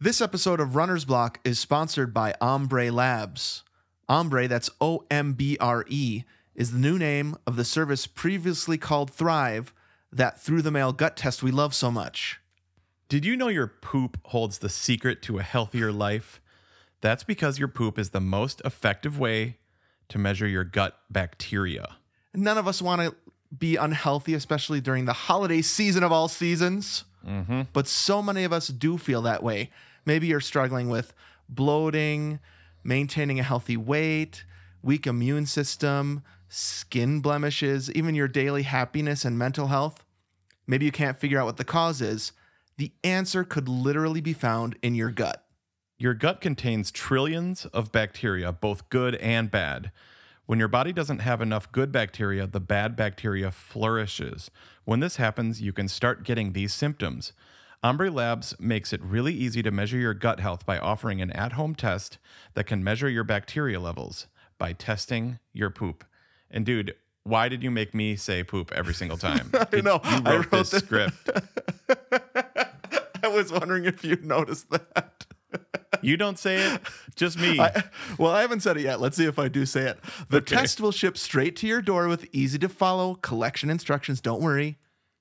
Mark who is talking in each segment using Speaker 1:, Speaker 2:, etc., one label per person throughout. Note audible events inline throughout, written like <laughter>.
Speaker 1: This episode of Runner's Block is sponsored by Ombre Labs. Ombre, that's O M B R E, is the new name of the service previously called Thrive, that through the mail gut test we love so much.
Speaker 2: Did you know your poop holds the secret to a healthier life? That's because your poop is the most effective way to measure your gut bacteria.
Speaker 1: None of us want to be unhealthy, especially during the holiday season of all seasons. But so many of us do feel that way. Maybe you're struggling with bloating, maintaining a healthy weight, weak immune system, skin blemishes, even your daily happiness and mental health. Maybe you can't figure out what the cause is. The answer could literally be found in your gut. <laughs>
Speaker 2: Your gut contains trillions of bacteria, both good and bad. When your body doesn't have enough good bacteria, the bad bacteria flourishes. When this happens, you can start getting these symptoms. Ombre Labs makes it really easy to measure your gut health by offering an at home test that can measure your bacteria levels by testing your poop. And dude, why did you make me say poop every
Speaker 1: <laughs>
Speaker 2: single time? I
Speaker 1: know.
Speaker 2: You wrote,
Speaker 1: I wrote
Speaker 2: this
Speaker 1: that.
Speaker 2: script.
Speaker 1: I was wondering if you noticed that.
Speaker 2: You don't say it, just me.
Speaker 1: <laughs> I, well, I haven't said it yet. Let's see if I do say it. The test will ship straight to your door with easy to follow collection instructions. Don't worry,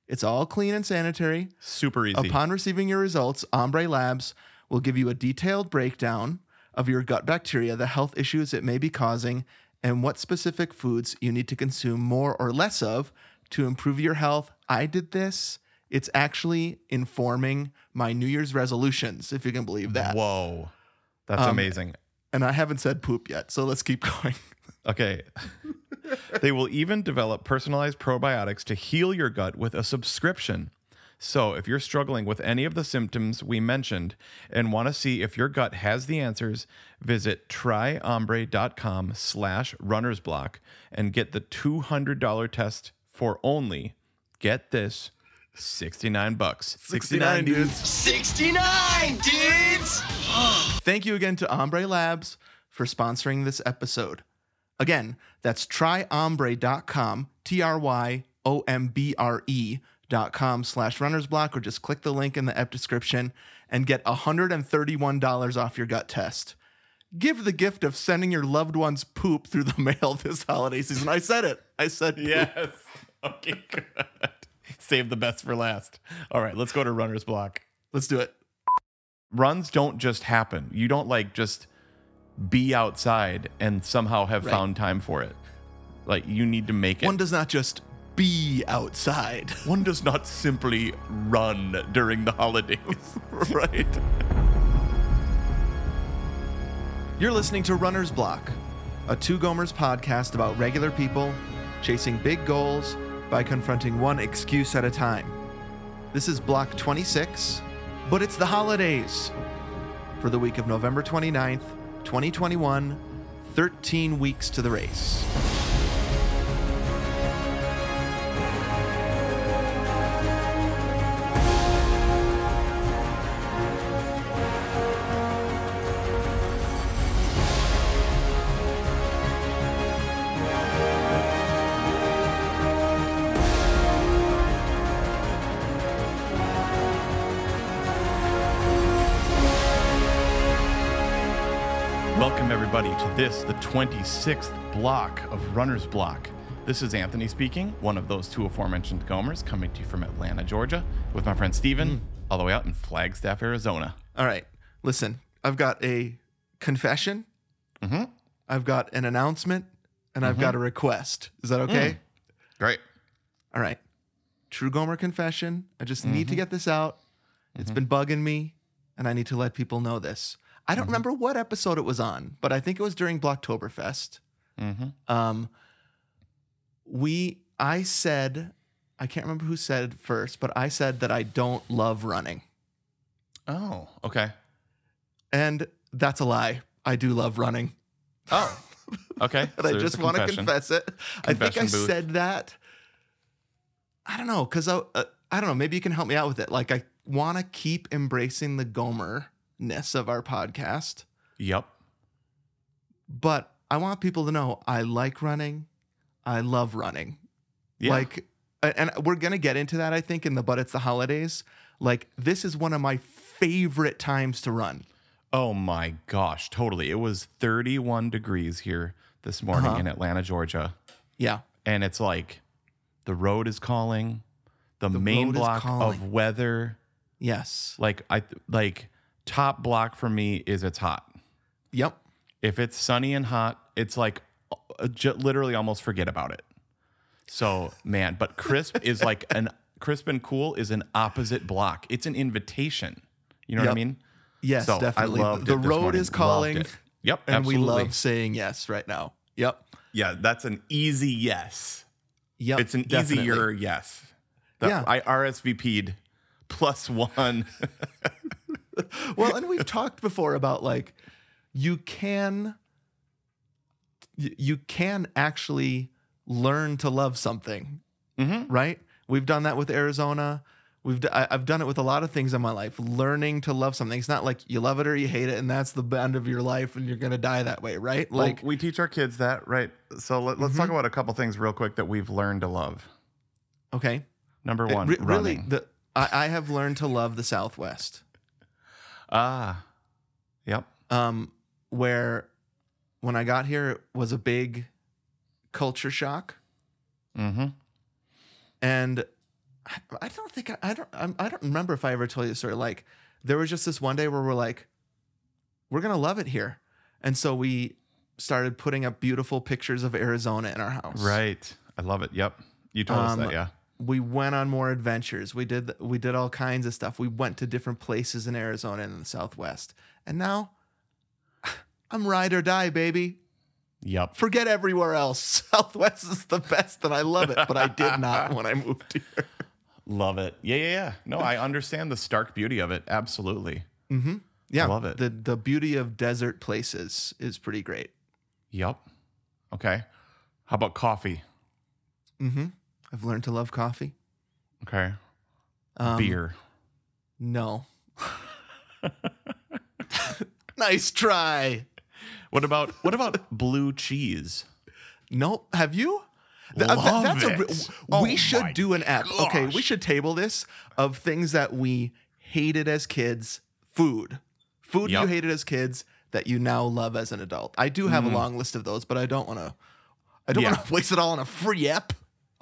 Speaker 1: it's all clean and sanitary.
Speaker 2: Super easy.
Speaker 1: Upon receiving your results, Ombre Labs will give you a detailed breakdown of your gut bacteria, the health issues it may be causing, and what specific foods you need to consume more or less of to improve your health. I did this. It's actually informing my New Year's resolutions, if you can believe that.
Speaker 2: Whoa. That's amazing.
Speaker 1: And I haven't said poop yet, so let's keep <laughs> going.
Speaker 2: Okay. they will even develop personalized probiotics to heal your gut with a subscription. So, if you're struggling with any of the symptoms we mentioned and want to see if your gut has the answers, visit tryombre.com slash runnersblock and get the $200 test for only, get this, 69 bucks.
Speaker 1: 69 dudes.
Speaker 3: 69, dudes!
Speaker 1: Thank you again to Ombre Labs for sponsoring this episode. Again, that's tryombre.com, T R Y O M B R E dot com slash runnersblock, or just click the link in the app description and get $131 off your gut test. Give the gift of sending your loved one's poop through the <laughs> mail this holiday season. I said it. I said poop.
Speaker 2: <laughs> Yes. Okay, good. Save the best for last. All right, let's go to runner's block.
Speaker 1: Let's do it.
Speaker 2: runs don't just happen. You don't like just be outside and somehow have
Speaker 1: Right.
Speaker 2: found time for it. Like you need to make it.
Speaker 1: One does not just be outside. <laughs>
Speaker 2: One does not simply run during the holidays. <laughs>
Speaker 1: right. You're listening to Runner's Block, a two gomers podcast about regular people chasing big goals by confronting one excuse at a time. This is block 26, but it's the holidays for the week of November 29th, 2021, 13 weeks to the race.
Speaker 2: Welcome everybody to this, the 26th block of Runner's Block. This is Anthony speaking, one of those two aforementioned Gomers, coming to you from Atlanta, Georgia, with my friend
Speaker 1: Hmm.
Speaker 2: Steven, all the way out in Flagstaff, Arizona.
Speaker 1: All right, listen, I've got a confession,
Speaker 2: Mhm.
Speaker 1: I've got an announcement, and I've got a request. Is that okay?
Speaker 2: Great.
Speaker 1: All right. True Gomer confession. I just need to get this out. It's been bugging me, and I need to let people know this. I don't remember what episode it was on, but I think it was during Blocktoberfest.
Speaker 2: Mhm.
Speaker 1: Um, we, I said, I can't remember who said it first, but I said that I don't love running,
Speaker 2: Oh, okay.
Speaker 1: and that's a lie. I do love running,
Speaker 2: Oh,
Speaker 1: <laughs>
Speaker 2: okay.
Speaker 1: but I just want to confess it. I think I
Speaker 2: Confession booth.
Speaker 1: said that. I don't know, cause I, uh, I don't know. Maybe you can help me out with it. Like I want to keep embracing the gomerness of our podcast,
Speaker 2: Yep.
Speaker 1: but I want people to know I like running. I love running.
Speaker 2: Yeah.
Speaker 1: Like, a- and we're gonna get into that. I think in the but it's the holidays. Like this is one of my favorite times to run.
Speaker 2: Oh my gosh, totally. It was 31 degrees here this morning
Speaker 1: Uh-huh.
Speaker 2: in Atlanta, Georgia.
Speaker 1: Yeah.
Speaker 2: And it's like the road is calling, the, main
Speaker 1: road is
Speaker 2: block of
Speaker 1: calling.
Speaker 2: weather.
Speaker 1: Yes.
Speaker 2: Like I like top block for me is it's hot.
Speaker 1: Yep.
Speaker 2: If it's sunny and hot, it's like uh, ju- literally almost forget about it. So, man, but crisp
Speaker 1: <laughs>
Speaker 2: is like an crisp and cool is an opposite block. It's an invitation. You know what I
Speaker 1: Yep.
Speaker 2: mean?
Speaker 1: Yes,
Speaker 2: so
Speaker 1: definitely.
Speaker 2: I loved
Speaker 1: the
Speaker 2: it this
Speaker 1: road
Speaker 2: morning.
Speaker 1: is
Speaker 2: Loved
Speaker 1: calling,
Speaker 2: it. Yep,
Speaker 1: and
Speaker 2: absolutely.
Speaker 1: we love saying yes right now. Yep.
Speaker 2: Yeah, that's an easy yes.
Speaker 1: Yep.
Speaker 2: It's an
Speaker 1: definitely.
Speaker 2: easier yes.
Speaker 1: Yeah.
Speaker 2: yeah. I RSVP'd plus one.
Speaker 1: <laughs>
Speaker 2: <laughs>
Speaker 1: well, and we've talked before about like you can y- you can actually learn to love something,
Speaker 2: Mhm.
Speaker 1: right? We've done that with Arizona. We've d- I, I've done it with a lot of things in my life. Learning to love something. It's not like you love it or you hate it, and that's the end of your life, and you're gonna die that way, right? Like, Mm-hmm.
Speaker 2: Like we teach our kids that, right? So let, us talk about a couple things real quick that we've learned to love.
Speaker 1: okay,
Speaker 2: Number
Speaker 1: It-
Speaker 2: one,
Speaker 1: re-
Speaker 2: running.
Speaker 1: really, the I, I have learned to love the Southwest.
Speaker 2: ah, yep.
Speaker 1: um, where when I got here it was a big culture shock,
Speaker 2: Mm-hmm.
Speaker 1: and I, I don't think I, I don't I'm, I don't remember if I ever told you this story. Like there was just this one day where we're like, we're gonna love it here, and so we started putting up beautiful pictures of Arizona in our house.
Speaker 2: Right. I love it. Yep. You told us
Speaker 1: Um,
Speaker 2: that. Yeah.
Speaker 1: We went on more adventures. We did we did all kinds of stuff. We went to different places in Arizona and in the Southwest, and now. <sighs> I'm ride or die, baby.
Speaker 2: Yep.
Speaker 1: forget everywhere else. <laughs> Southwest is the best, and I love it. But I did
Speaker 2: <laughs>
Speaker 1: not when I moved here.
Speaker 2: Love it. Yeah, yeah, yeah. No, I understand the stark beauty of it. Absolutely.
Speaker 1: Mm-hmm. Yeah,
Speaker 2: Love it.
Speaker 1: The the beauty of desert places is pretty great.
Speaker 2: Yep. Okay. How about coffee?
Speaker 1: Mm-hmm. I've learned to love coffee.
Speaker 2: Okay.
Speaker 1: Um,
Speaker 2: Beer.
Speaker 1: No. <laughs> nice try.
Speaker 2: What about what about blue cheese?
Speaker 1: Nope. Have you? Th- uh, th-
Speaker 2: Love
Speaker 1: re-
Speaker 2: it.
Speaker 1: we
Speaker 2: Oh my
Speaker 1: should do an app. Okay, we
Speaker 2: gosh.
Speaker 1: should table this of things that we hated as kids. Food, food you
Speaker 2: Yep.
Speaker 1: hated as kids that you now love as an adult. I do have a long list of those, but I don't want to. I don't
Speaker 2: Mm-hmm. Yeah.
Speaker 1: want to <laughs> waste it all on a free app.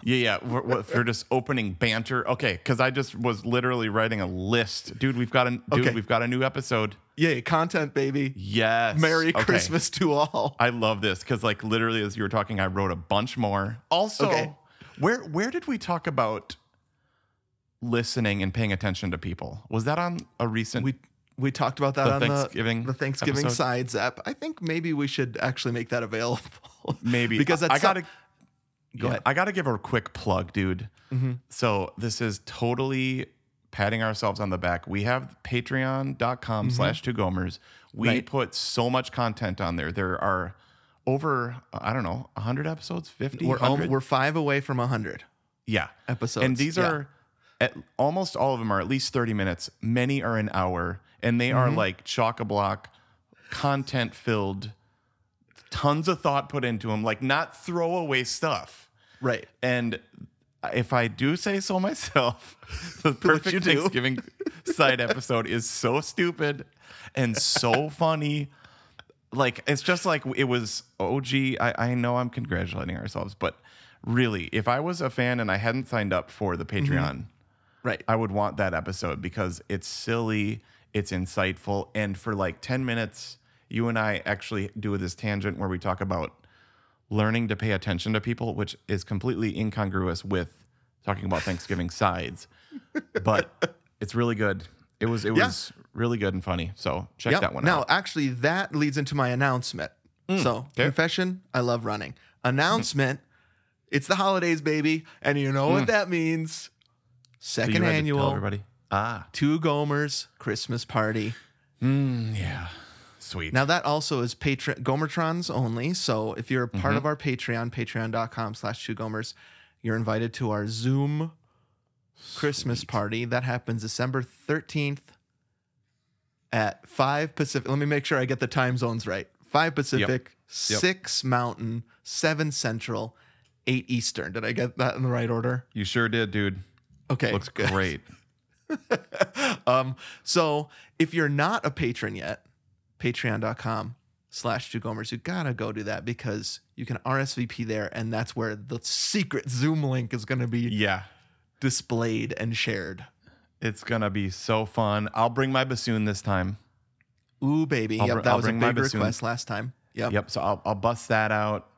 Speaker 2: Yeah, yeah. We're, we're, if you're just opening banter. Okay, because I just was literally writing a list, dude. We've got a dude.
Speaker 1: Okay.
Speaker 2: We've got a new episode.
Speaker 1: Yay, content, baby.
Speaker 2: Yes.
Speaker 1: Merry
Speaker 2: Okay.
Speaker 1: Christmas to all.
Speaker 2: I love this because, like, literally as you were talking, I wrote a bunch more. Also,
Speaker 1: Okay.
Speaker 2: where where did we talk about listening and paying attention to people? Was that on a recent?
Speaker 1: We we talked about that
Speaker 2: The
Speaker 1: on
Speaker 2: Thanksgiving
Speaker 1: the, the Thanksgiving
Speaker 2: episode?
Speaker 1: sides app. I think maybe we should actually make that available. <laughs>
Speaker 2: Maybe
Speaker 1: because
Speaker 2: I-
Speaker 1: that's
Speaker 2: I gotta
Speaker 1: go ahead.
Speaker 2: I gotta give her a quick plug, dude.
Speaker 1: Mm-hmm.
Speaker 2: So this is totally patting ourselves on the back. We have patreon.com slash two gomers. We
Speaker 1: Mm-hmm. Right.
Speaker 2: put so much content on there. There are over, I don't know, 100 episodes, 50?
Speaker 1: we're, al-
Speaker 2: 100?
Speaker 1: we're five away from 100
Speaker 2: yeah.
Speaker 1: episodes.
Speaker 2: And these
Speaker 1: Yeah.
Speaker 2: are at, almost all of them are at least 30 minutes. Many are an hour, and they
Speaker 1: Mm-hmm.
Speaker 2: are like chock a block, content filled, tons of thought put into them, like not throwaway stuff.
Speaker 1: right.
Speaker 2: And if I do say so myself, <laughs> the
Speaker 1: you
Speaker 2: perfect
Speaker 1: do.
Speaker 2: Thanksgiving side episode is so stupid
Speaker 1: <laughs>
Speaker 2: and so funny. Like it's just like it was OG. I, I know I'm congratulating ourselves, but really, if I was a fan and I hadn't signed up for the
Speaker 1: Mm-hmm.
Speaker 2: Patreon,
Speaker 1: Right.
Speaker 2: I would want that episode because it's silly, it's insightful, and for like 10 minutes, you and I actually do this tangent where we talk about learning to pay attention to people, which is completely incongruous with talking about Thanksgiving sides. But it's really good. It was it
Speaker 1: Yeah.
Speaker 2: was really good and funny. So check
Speaker 1: Yep.
Speaker 2: that one
Speaker 1: now,
Speaker 2: out. Mm,
Speaker 1: actually, that leads into my announcement. so, confession, I love running. Announcement,
Speaker 2: Mm-hmm.
Speaker 1: it's the holidays, baby. And you know what that means.
Speaker 2: So
Speaker 1: Second
Speaker 2: Mm. you had to tell
Speaker 1: annual
Speaker 2: everybody. Ah,
Speaker 1: Two Gomers Christmas Party.
Speaker 2: Mm, yeah. Sweet.
Speaker 1: Now that also is Patreon Gomertrons only. So if you're a part of our Patreon, patreon.com slash two gomers, you're invited to our Zoom Christmas party. That happens December 13th at 5 Pacific. Let me make sure I get the time zones right. 5 Pacific, 6 Mountain, 7 Central, 8 Eastern. Did I get that in the right order?
Speaker 2: you sure did, dude.
Speaker 1: Okay.
Speaker 2: Looks
Speaker 1: good.
Speaker 2: great.
Speaker 1: Um, so if you're not a patron yet, patreon.com slash two gomers, you gotta go do that because you can RSVP there and that's where the secret Zoom link is gonna be
Speaker 2: Yeah.
Speaker 1: displayed and shared.
Speaker 2: It's gonna be so fun. I'll bring my bassoon this time.
Speaker 1: Ooh, baby.
Speaker 2: I'll
Speaker 1: yep,
Speaker 2: br-
Speaker 1: that
Speaker 2: I'll
Speaker 1: was a
Speaker 2: bring my
Speaker 1: big
Speaker 2: bassoon.
Speaker 1: request last time. Yep.
Speaker 2: Yep. So I'll I'll bust that out.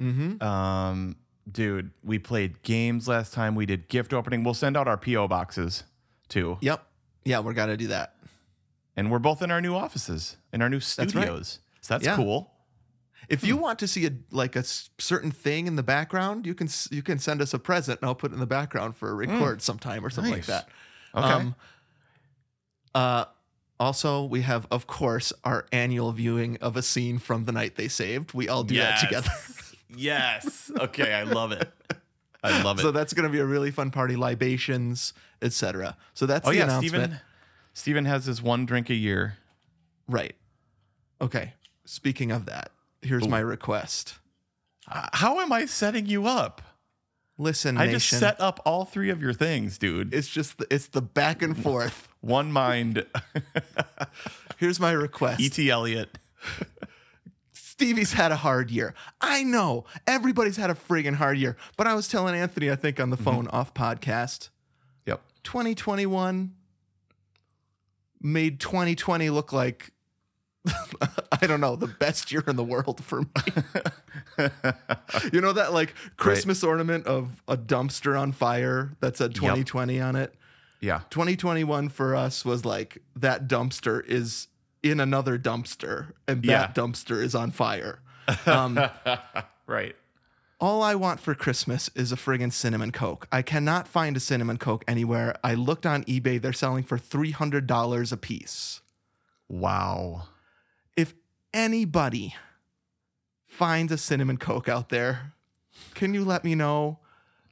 Speaker 1: Mm-hmm.
Speaker 2: Um, dude, we played games last time. We did gift opening. We'll send out our PO boxes too,
Speaker 1: Yep. Yeah, we're gonna do that.
Speaker 2: and we're both in our new offices in our new
Speaker 1: right.
Speaker 2: studios. So that's
Speaker 1: Yeah.
Speaker 2: cool.
Speaker 1: If
Speaker 2: Hmm.
Speaker 1: you want to see a like a s- certain thing in the background, you can s- you can send us a present and I'll put it in the background for a record sometime or something
Speaker 2: Hmm. Nice.
Speaker 1: like that.
Speaker 2: Okay.
Speaker 1: Um, uh, also, we have, of course, our annual viewing of a scene from The Night They Saved. We all do that together.
Speaker 2: <laughs> yes. Okay. I love it. I love
Speaker 1: <laughs>
Speaker 2: it.
Speaker 1: so that's going to be a really fun party. Libations, etc. So that's
Speaker 2: oh
Speaker 1: the
Speaker 2: yeah,
Speaker 1: announcement.
Speaker 2: Steven. Steven has his one drink a year.
Speaker 1: Right. Okay. Speaking of that, here's my request.
Speaker 2: Uh, How am I setting you up?
Speaker 1: Listen,
Speaker 2: I
Speaker 1: nation.
Speaker 2: just set up all three of your things, dude.
Speaker 1: it's just the, it's the back and forth.
Speaker 2: One mind, <laughs> E
Speaker 1: Here's my request.
Speaker 2: E.T. Elliott.
Speaker 1: Stevie's had a hard year. I know everybody's had a friggin' hard year, but I was telling Anthony, I think, on
Speaker 2: Mm-hmm.
Speaker 1: the phone off podcast,
Speaker 2: Yep.
Speaker 1: 2021 made 2020 look like <laughs> I don't know, the best year in the world for me. <laughs> you know that like Christmas ornament of a dumpster on fire that said 2020 on it?
Speaker 2: <laughs> Yeah.
Speaker 1: 2021 for us was like that dumpster is in another dumpster and that
Speaker 2: Yeah.
Speaker 1: dumpster is on fire.
Speaker 2: <laughs>
Speaker 1: Um,
Speaker 2: Right.
Speaker 1: all I want for Christmas is a friggin' cinnamon coke. I cannot find a cinnamon coke anywhere. I looked on eBay, they're selling for $300 a piece.
Speaker 2: Wow.
Speaker 1: If anybody finds a cinnamon coke out there, can you let me know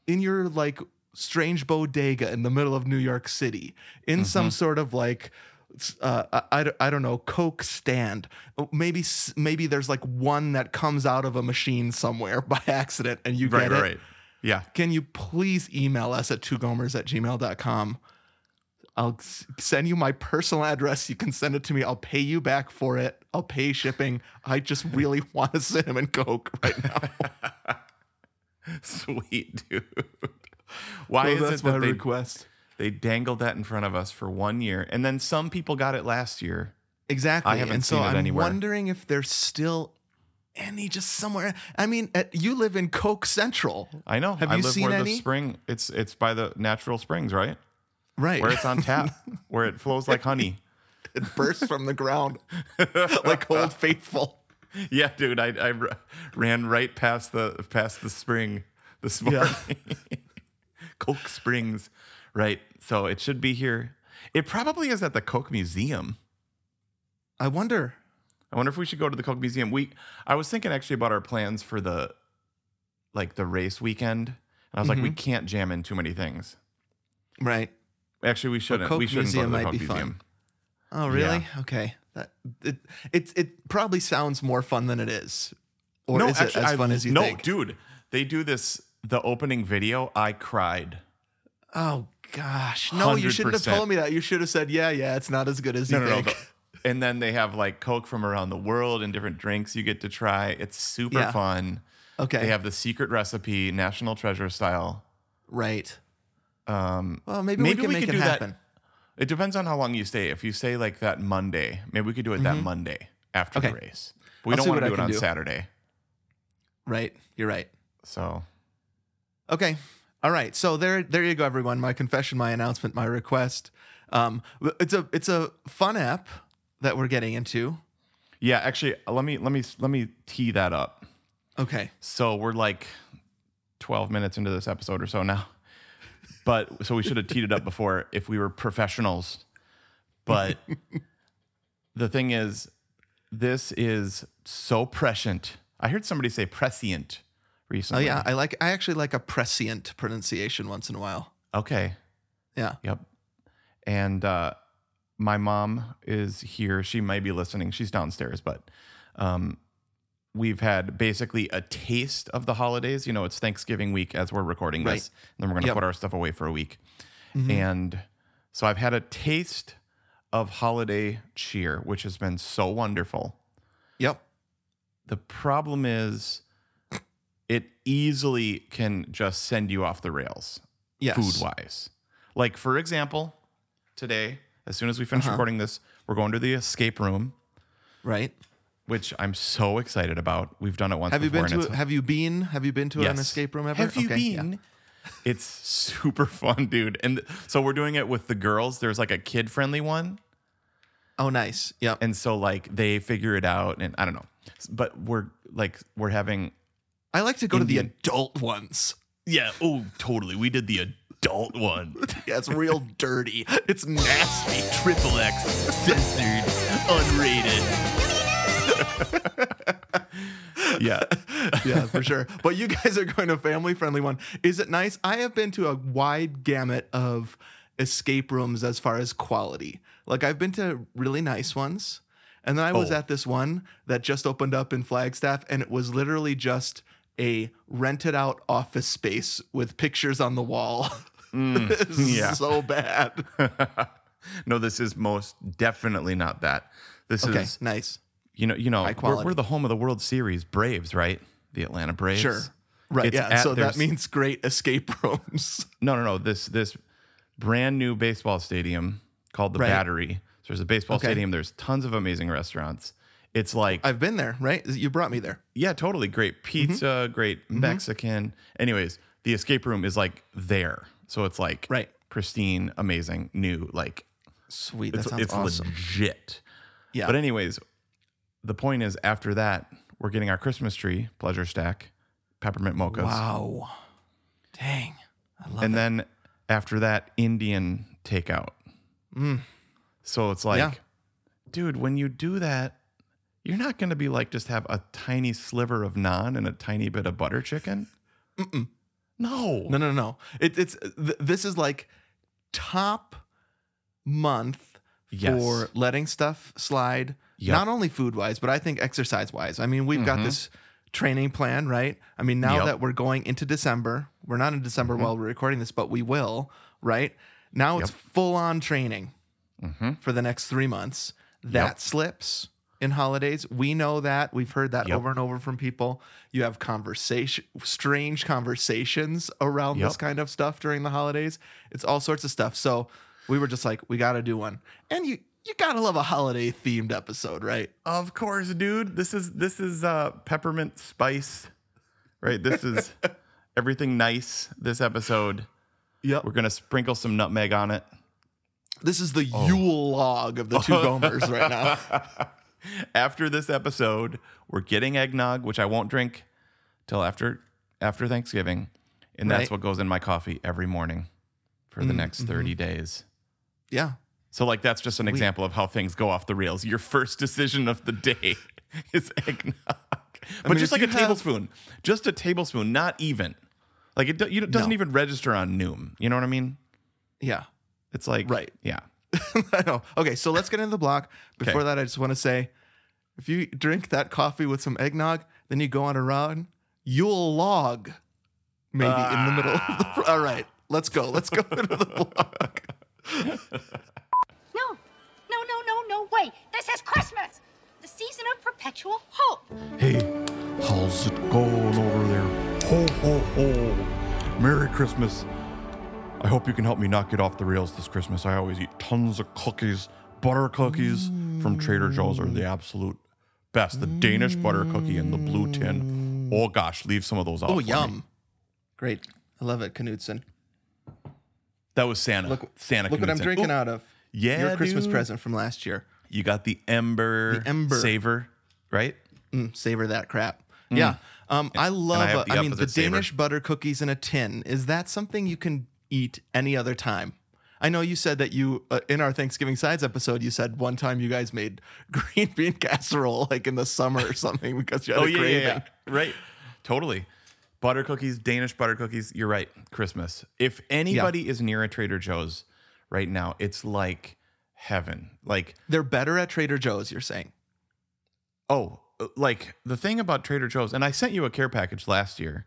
Speaker 1: in your like strange bodega in the middle of New York City in
Speaker 2: Mm-hmm.
Speaker 1: some sort of like s- uh, I- I, don't- I don't know coke stand Oh, maybe s- maybe there's like one that comes out of a machine somewhere <laughs> by accident and you
Speaker 2: Right.
Speaker 1: get
Speaker 2: right,
Speaker 1: it
Speaker 2: right. Yeah. <laughs>
Speaker 1: can you please email us at twogomers at gmail.com? I'll s- send you my personal address. You can send it to me. I'll pay you back for it. I'll pay shipping. I
Speaker 2: <laughs>
Speaker 1: just really want a cinnamon coke right now.
Speaker 2: Sweet dude. Why
Speaker 1: so
Speaker 2: is
Speaker 1: that's
Speaker 2: it
Speaker 1: my
Speaker 2: that they,
Speaker 1: request.
Speaker 2: they dangled that in front of us for one year, and then some people got it last year?
Speaker 1: Exactly.
Speaker 2: I haven't
Speaker 1: and so
Speaker 2: seen it
Speaker 1: I'm
Speaker 2: anywhere.
Speaker 1: wondering if there's still any just somewhere. I mean, at, you live in Coke Central,
Speaker 2: I know.
Speaker 1: Have
Speaker 2: I
Speaker 1: you
Speaker 2: live
Speaker 1: seen
Speaker 2: where
Speaker 1: any?
Speaker 2: the spring. It's it's by the natural springs, right?
Speaker 1: right? <laughs>
Speaker 2: Where it's on tap, where it flows like honey. <laughs>
Speaker 1: it bursts from the ground <laughs> like
Speaker 2: <laughs>
Speaker 1: Old Faithful.
Speaker 2: Yeah, dude, I, I r- ran right past the past the spring this morning. <laughs> Coke Springs, right? So it should be here. It probably is at the Coke Museum.
Speaker 1: I wonder.
Speaker 2: I wonder if we should go to the Coke Museum. We I was thinking actually about our plans for the like the race weekend, and I was
Speaker 1: Mm-hmm.
Speaker 2: like, we can't jam in too many things.
Speaker 1: Right.
Speaker 2: Actually, we shouldn't.
Speaker 1: Coke
Speaker 2: we shouldn't
Speaker 1: Museum
Speaker 2: go to the
Speaker 1: might
Speaker 2: Coke
Speaker 1: be fun.
Speaker 2: Museum.
Speaker 1: Oh, really? Okay. That it, it it probably sounds more fun than it is. Or is it as
Speaker 2: I-
Speaker 1: fun as you
Speaker 2: no,
Speaker 1: think?
Speaker 2: dude, they do this. The opening video, I cried.
Speaker 1: Oh gosh. No, you shouldn't have
Speaker 2: 100%.
Speaker 1: told me that. You should have said, "Yeah, yeah, it's not as good as you think."
Speaker 2: the- and then they have like Coke from around the world and different drinks you get to try. It's super
Speaker 1: Yeah.
Speaker 2: fun.
Speaker 1: <laughs> okay.
Speaker 2: They have the secret recipe, national treasure style.
Speaker 1: right.
Speaker 2: Um,
Speaker 1: Well, maybe, we
Speaker 2: Maybe
Speaker 1: can
Speaker 2: we
Speaker 1: make
Speaker 2: could
Speaker 1: it
Speaker 2: do that.
Speaker 1: happen.
Speaker 2: it depends on how long you stay. If you stay like that Monday, maybe we could do it that Monday after the
Speaker 1: Mm-hmm. Okay.
Speaker 2: race. But we
Speaker 1: I'll
Speaker 2: don't
Speaker 1: see
Speaker 2: want
Speaker 1: what
Speaker 2: to
Speaker 1: I
Speaker 2: do it
Speaker 1: can
Speaker 2: on
Speaker 1: do.
Speaker 2: Saturday.
Speaker 1: Right. You're right.
Speaker 2: So
Speaker 1: Okay. All right. So there there you go everyone. My confession, my announcement, my request. Um it's a it's a fun app that we're getting into.
Speaker 2: yeah, actually, let me let me let me tee that up.
Speaker 1: Okay. Oh,
Speaker 2: So we're like 12 minutes into this episode or so now. But so we should have teed it up before if we were professionals.
Speaker 1: <laughs>
Speaker 2: But the thing is, this is so prescient. I heard somebody say prescient
Speaker 1: Oh
Speaker 2: recently.
Speaker 1: yeah, I like I actually like a prescient pronunciation once in a while.
Speaker 2: Okay.
Speaker 1: Yeah.
Speaker 2: Yep. And uh, my mom is here. She might be listening. She's downstairs, but um, we've had basically a taste of the holidays. You know, it's Thanksgiving week as we're recording
Speaker 1: Right. Mm-hmm.
Speaker 2: this, and then we're going to
Speaker 1: Yep.
Speaker 2: put our stuff away for a week.
Speaker 1: Mhm.
Speaker 2: And so I've had a taste of holiday cheer, which has been so wonderful.
Speaker 1: Yep.
Speaker 2: The problem is it easily can just send you off the rails
Speaker 1: Yes.
Speaker 2: food wise. Like, for example, today, as soon as we
Speaker 1: Uh-huh.
Speaker 2: finish recording this, we're going to the escape room,
Speaker 1: Right.
Speaker 2: which I'm so excited about. We've done it once
Speaker 1: Have you
Speaker 2: before.
Speaker 1: been
Speaker 2: and
Speaker 1: to?
Speaker 2: it's-
Speaker 1: Have you been? Have you been to an
Speaker 2: Yes.
Speaker 1: escape room ever?
Speaker 2: Have you
Speaker 1: Okay, yeah.
Speaker 2: been? It's super <laughs> fun, dude. And th- so we're doing it with the girls. There's like a kid friendly one.
Speaker 1: Oh, nice. Yep.
Speaker 2: And so like they figure it out and I don't know. S- But we're like we're having
Speaker 1: I like to go to
Speaker 2: Indian-
Speaker 1: the adult ones. <laughs>
Speaker 2: Yeah, oh totally. We did the adult one.
Speaker 1: Yeah, it's real dirty. It's nasty.
Speaker 2: Triple X censored unrated. yeah.
Speaker 1: <laughs> yeah, for sure. But you guys are going to a family friendly one. Is it nice? I have been to a wide gamut of escape rooms as far as quality. Like I've been to really nice ones. And then I was
Speaker 2: Oh.
Speaker 1: at this one that just opened up in Flagstaff and it was literally just a rented out office space with pictures on the wall. <laughs> It's
Speaker 2: Mm. yeah.
Speaker 1: So bad.
Speaker 2: <laughs> no, this is most definitely not that. This
Speaker 1: Okay,
Speaker 2: is
Speaker 1: nice.
Speaker 2: you know, you know, we're,
Speaker 1: quality.
Speaker 2: we're the home of the World Series, Braves, right? The Atlanta Braves.
Speaker 1: Sure. Right.
Speaker 2: It's
Speaker 1: yeah.
Speaker 2: at
Speaker 1: So
Speaker 2: their
Speaker 1: that
Speaker 2: s-
Speaker 1: means great escape <laughs> rooms.
Speaker 2: No, no, no. This this brand new baseball stadium called the
Speaker 1: Right.
Speaker 2: Battery. So there's a baseball
Speaker 1: Okay.
Speaker 2: stadium. There's tons of amazing restaurants. It's like
Speaker 1: I've been there, right? You brought me there.
Speaker 2: yeah, totally great
Speaker 1: Mm-hmm.
Speaker 2: pizza, great Mexican. Anyways, the escape room is like there, so it's like
Speaker 1: Right.
Speaker 2: pristine, amazing, new. Like
Speaker 1: Sweet. That
Speaker 2: it's
Speaker 1: sounds
Speaker 2: it's
Speaker 1: awesome.
Speaker 2: legit.
Speaker 1: Yeah.
Speaker 2: But anyways, the point is after that we're getting our Christmas tree pleasure stack, peppermint mochas.
Speaker 1: Wow. Dang. I love
Speaker 2: and then after that indian takeout Mm. so it's like
Speaker 1: Yeah.
Speaker 2: dude when you do that you're not going to be like just have a tiny sliver of naan and a tiny bit of butter chicken no
Speaker 1: No, no, no. It, it's th- this is like top month
Speaker 2: Yes.
Speaker 1: for letting stuff slide.
Speaker 2: Yep.
Speaker 1: Not only food wise, but I think exercise wise. I mean, we've got this training plan, right? I mean, now
Speaker 2: Yep.
Speaker 1: that we're going into December, we're not in December while we're recording this, but we will, right? Now it's full on training
Speaker 2: Mm-hmm.
Speaker 1: for the next three months. That slips in holidays. We know that. We've heard that
Speaker 2: Yep.
Speaker 1: over and over from people. You have conversation, strange conversations around this
Speaker 2: Yep.
Speaker 1: kind of stuff during the holidays. It's all sorts of stuff. So we were just like, we got to do one. And you, you gotta love a holiday themed episode, right?
Speaker 2: of course dude this is this is uh peppermint spice right this <laughs> is everything nice this episode
Speaker 1: Yep.
Speaker 2: we're going to sprinkle some nutmeg on it
Speaker 1: This is the
Speaker 2: Oh.
Speaker 1: Yule log of the
Speaker 2: <laughs>
Speaker 1: two Gomers right now.
Speaker 2: after this episode, we're getting eggnog, which I won't drink till after after Thanksgiving, and that's
Speaker 1: Right. Mm, mm-hmm.
Speaker 2: what goes in my coffee every morning for the next 30 days.
Speaker 1: Yeah.
Speaker 2: So like that's just an example of how things go off the rails. Your first decision of the day <laughs> is eggnog. But
Speaker 1: mean,
Speaker 2: just
Speaker 1: if
Speaker 2: like a
Speaker 1: you have-
Speaker 2: tablespoon, just a tablespoon, not even. Like it, do, you, it doesn't
Speaker 1: No.
Speaker 2: even register on Noom. You know what I mean?
Speaker 1: Yeah.
Speaker 2: It's like
Speaker 1: Right.
Speaker 2: yeah.
Speaker 1: <laughs> I know. Okay, so let's get into the block. Before
Speaker 2: Okay.
Speaker 1: that, I just want to say if you drink that coffee with some eggnog, then you go on a run, you'll log maybe in the middle of the. <laughs> All right, let's go. Let's go into <laughs> the block.
Speaker 4: No, no, no, no, no way. This is Christmas, the season of perpetual hope.
Speaker 5: Hey, how's it going over there? Ho, ho, ho. Merry Christmas. I hope you can help me not get off the rails this Christmas. I always eat tons of cookies. Butter cookies from Trader Joe's are the absolute best. The Danish butter cookie in the blue tin. Oh gosh, leave some of those out.
Speaker 1: Oh,
Speaker 5: for me.
Speaker 1: yum. Great. I love it, Knudsen.
Speaker 2: That was Santa.
Speaker 1: Look,
Speaker 2: Santa.
Speaker 1: look what I'm
Speaker 2: Knudsen.
Speaker 1: drinking
Speaker 2: Ooh,
Speaker 1: out of.
Speaker 2: Yeah,
Speaker 1: Your Christmas
Speaker 2: dude.
Speaker 1: present from last year.
Speaker 2: You got the ember,
Speaker 1: The ember.
Speaker 2: savor, right?
Speaker 1: Mm, savor that crap.
Speaker 2: Mm.
Speaker 1: Yeah. Um, I love,
Speaker 2: have
Speaker 1: uh,
Speaker 2: the
Speaker 1: I mean, the
Speaker 2: opposite savor.
Speaker 1: Danish butter cookies in a tin. Is that something you can eat any other time? I know you said that you, uh, in our Thanksgiving Sides episode, you said one time you guys made <laughs> green bean casserole like in the summer or something because
Speaker 2: Oh,
Speaker 1: you had a craving.
Speaker 2: right. Totally. Butter cookies, Danish butter cookies. You're right. Christmas. If anybody is near a Trader Joe's right now, it's like heaven. Like
Speaker 1: They're better at Trader Joe's, you're saying.
Speaker 2: uh, oh, like the thing about Trader Joe's, and I sent you a care package last year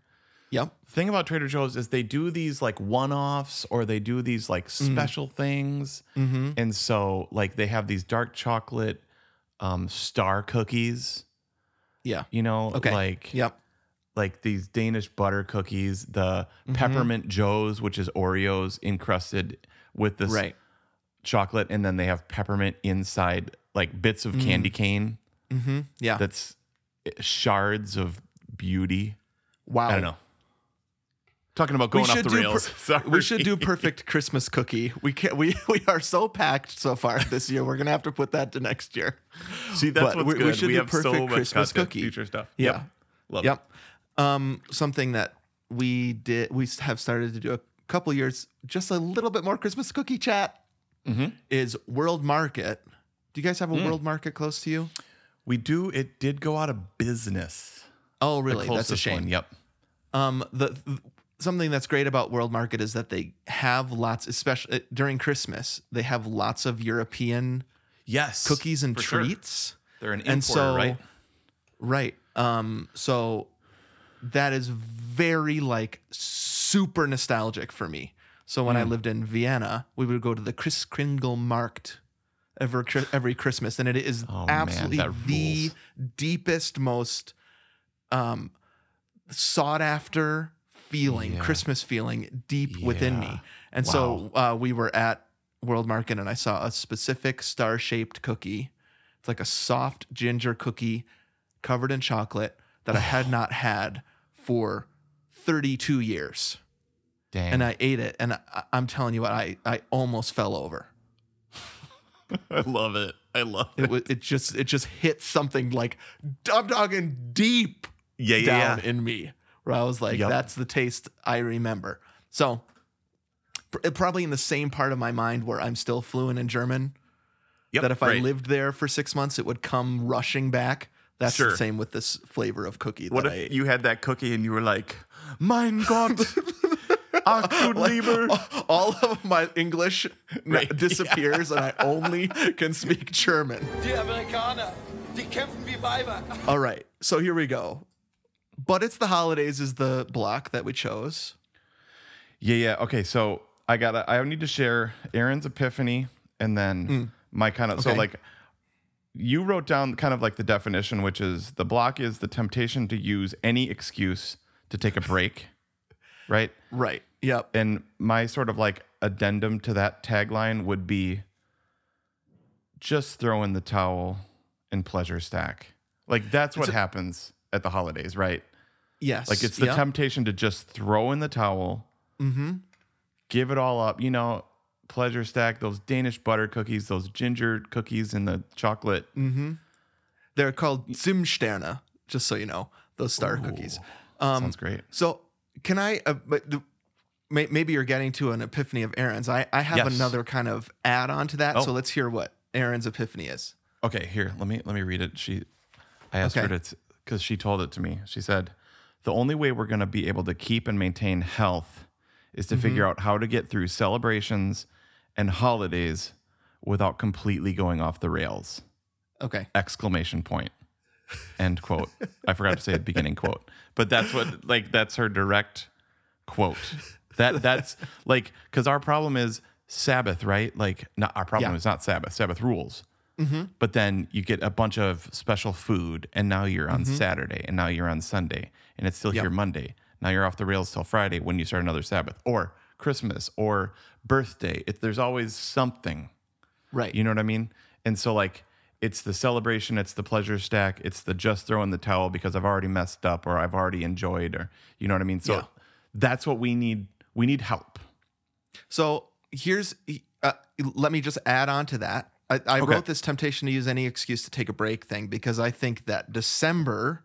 Speaker 1: Yep.
Speaker 2: thing about Trader Joe's is they do these like one offs or they do these like
Speaker 1: Mm-hmm.
Speaker 2: special things. And so, like, they have these dark chocolate um, star cookies,
Speaker 1: Yeah.
Speaker 2: you know,
Speaker 1: Okay.
Speaker 2: like,
Speaker 1: Yep.
Speaker 2: like these Danish butter cookies, the
Speaker 1: Mm-hmm.
Speaker 2: peppermint Joe's, which is Oreos encrusted with this
Speaker 1: Right.
Speaker 2: chocolate. And then they have peppermint inside, like bits of
Speaker 1: Mm.
Speaker 2: candy cane
Speaker 1: Mm-hmm. Yeah.
Speaker 2: that's eh, shards of beauty.
Speaker 1: wow.
Speaker 2: I don't know. Talking about going off the
Speaker 1: do
Speaker 2: rails.
Speaker 1: per-
Speaker 2: <laughs> Sorry.
Speaker 1: we should do perfect Christmas cookie. We can we <laughs> we are so packed so far this year. We're gonna have to put that to next year.
Speaker 2: See, that's
Speaker 1: But
Speaker 2: what's
Speaker 1: we- we
Speaker 2: good. We,
Speaker 1: should do
Speaker 2: have so
Speaker 1: perfect
Speaker 2: much
Speaker 1: Christmas
Speaker 2: content,
Speaker 1: cookie.
Speaker 2: Future stuff.
Speaker 1: Yeah.
Speaker 2: Yep. Love it.
Speaker 1: Yep. Um, something that we did we have started to do a couple years, just a little bit more Christmas cookie chat
Speaker 2: Mm-hmm.
Speaker 1: is World Market. Do you guys
Speaker 2: Hmm.
Speaker 1: have a World Market close to you?
Speaker 2: We do. It did go out of business.
Speaker 1: Oh,
Speaker 2: The
Speaker 1: really? That's a
Speaker 2: closest
Speaker 1: shame.
Speaker 2: One. Yep.
Speaker 1: Um, the th- something that's great about World Market is that they have lots, especially during Christmas, they have lots of European
Speaker 2: Yes.
Speaker 1: cookies and
Speaker 2: for sure.
Speaker 1: treats.
Speaker 2: They're an importer,
Speaker 1: and so
Speaker 2: right?
Speaker 1: right um so that is very like super nostalgic for me so when i
Speaker 2: Hmm.
Speaker 1: lived in vienna we would go to the chris kringle markt every, Chri- every christmas and it is
Speaker 2: Oh, man,
Speaker 1: absolutely
Speaker 2: that
Speaker 1: the
Speaker 2: rules.
Speaker 1: deepest most um sought after feeling
Speaker 2: Yeah.
Speaker 1: christmas feeling deep within
Speaker 2: Yeah.
Speaker 1: me and so uh, we were at world market and i saw a specific star shaped cookie it's like a soft ginger cookie covered in chocolate that I
Speaker 2: <sighs>
Speaker 1: had not had for 32 years.
Speaker 2: Dang.
Speaker 1: And I ate it. And I, I'm telling you what, I, I almost fell over.
Speaker 2: <laughs> I love it. I love
Speaker 1: It was it just it just hit something like I'm talking deep
Speaker 2: Yeah, yeah,
Speaker 1: down
Speaker 2: yeah.
Speaker 1: in me where I was like,
Speaker 2: Yep.
Speaker 1: that's the taste I remember. So pr- probably in the same part of my mind where I'm still fluent in German.
Speaker 2: Yep,
Speaker 1: that if I
Speaker 2: right.
Speaker 1: lived there for six months, it would come rushing back. That's
Speaker 2: Sure.
Speaker 1: the same with this flavor of cookie.
Speaker 2: What
Speaker 1: that
Speaker 2: if
Speaker 1: I ate.
Speaker 2: you had that cookie and you were like, "Mein
Speaker 1: <laughs>
Speaker 2: Gott, ach du <laughs> lieber."
Speaker 1: oh. all of my English n-
Speaker 2: Right. <laughs>
Speaker 1: disappears and I only can speak German.
Speaker 3: Die Amerikaner, die kämpfen wie Weiber.
Speaker 1: All right, so here we go. But it's the holidays is the block that we chose.
Speaker 2: Yeah, yeah. Okay, so I gotta. I need to share Aaron's epiphany and then my kind of. So
Speaker 1: Mm. Okay.
Speaker 2: like, you wrote down kind of like the definition, which is the block is the temptation to use any excuse to take a break, right?
Speaker 1: Right. Yep.
Speaker 2: And my sort of like addendum to that tagline would be just throw in the towel and pleasure stack. Like that's what happens at the holidays, right?
Speaker 1: Yes.
Speaker 2: Like it's the
Speaker 1: yep.
Speaker 2: temptation to just throw in the towel, give it all up. You know, pleasure stack those Danish butter cookies, those ginger cookies, and the chocolate.
Speaker 1: They're called Zimsterne, just so you know, those star cookies. Um,
Speaker 2: Sounds great.
Speaker 1: so can I? Uh, but the, may, maybe you're getting to an epiphany of Aaron's. I I have
Speaker 2: Yes.
Speaker 1: another kind of add on to that.
Speaker 2: Oh.
Speaker 1: So let's hear what Aaron's epiphany is.
Speaker 2: Okay, here. Let me let me read it. She, I asked
Speaker 1: Okay.
Speaker 2: her to because she told it to me. She said, "The only way we're going to be able to keep and maintain health is to figure out how to get through celebrations and holidays without completely going off the rails."
Speaker 1: Okay.
Speaker 2: Exclamation point. End quote. I forgot to say the beginning quote, but that's what like that's her direct quote. That that's like because our problem is Sabbath, right? Like not our problem
Speaker 1: Yeah.
Speaker 2: is not Sabbath. Sabbath rules but then you get a bunch of special food and now you're on saturday and now you're on sunday and it's still here monday now you're off the rails till friday when you start another sabbath or christmas or birthday it, there's always something
Speaker 1: Right.
Speaker 2: you know what i mean and so like it's the celebration it's the pleasure stack it's the just throw in the towel because i've already messed up or i've already enjoyed or you know what i mean so
Speaker 1: Yeah.
Speaker 2: that's what we need we need help
Speaker 1: So here's, uh, let me just add on to that. I, I
Speaker 2: Okay.
Speaker 1: wrote this temptation to use any excuse to take a break thing because I think that December,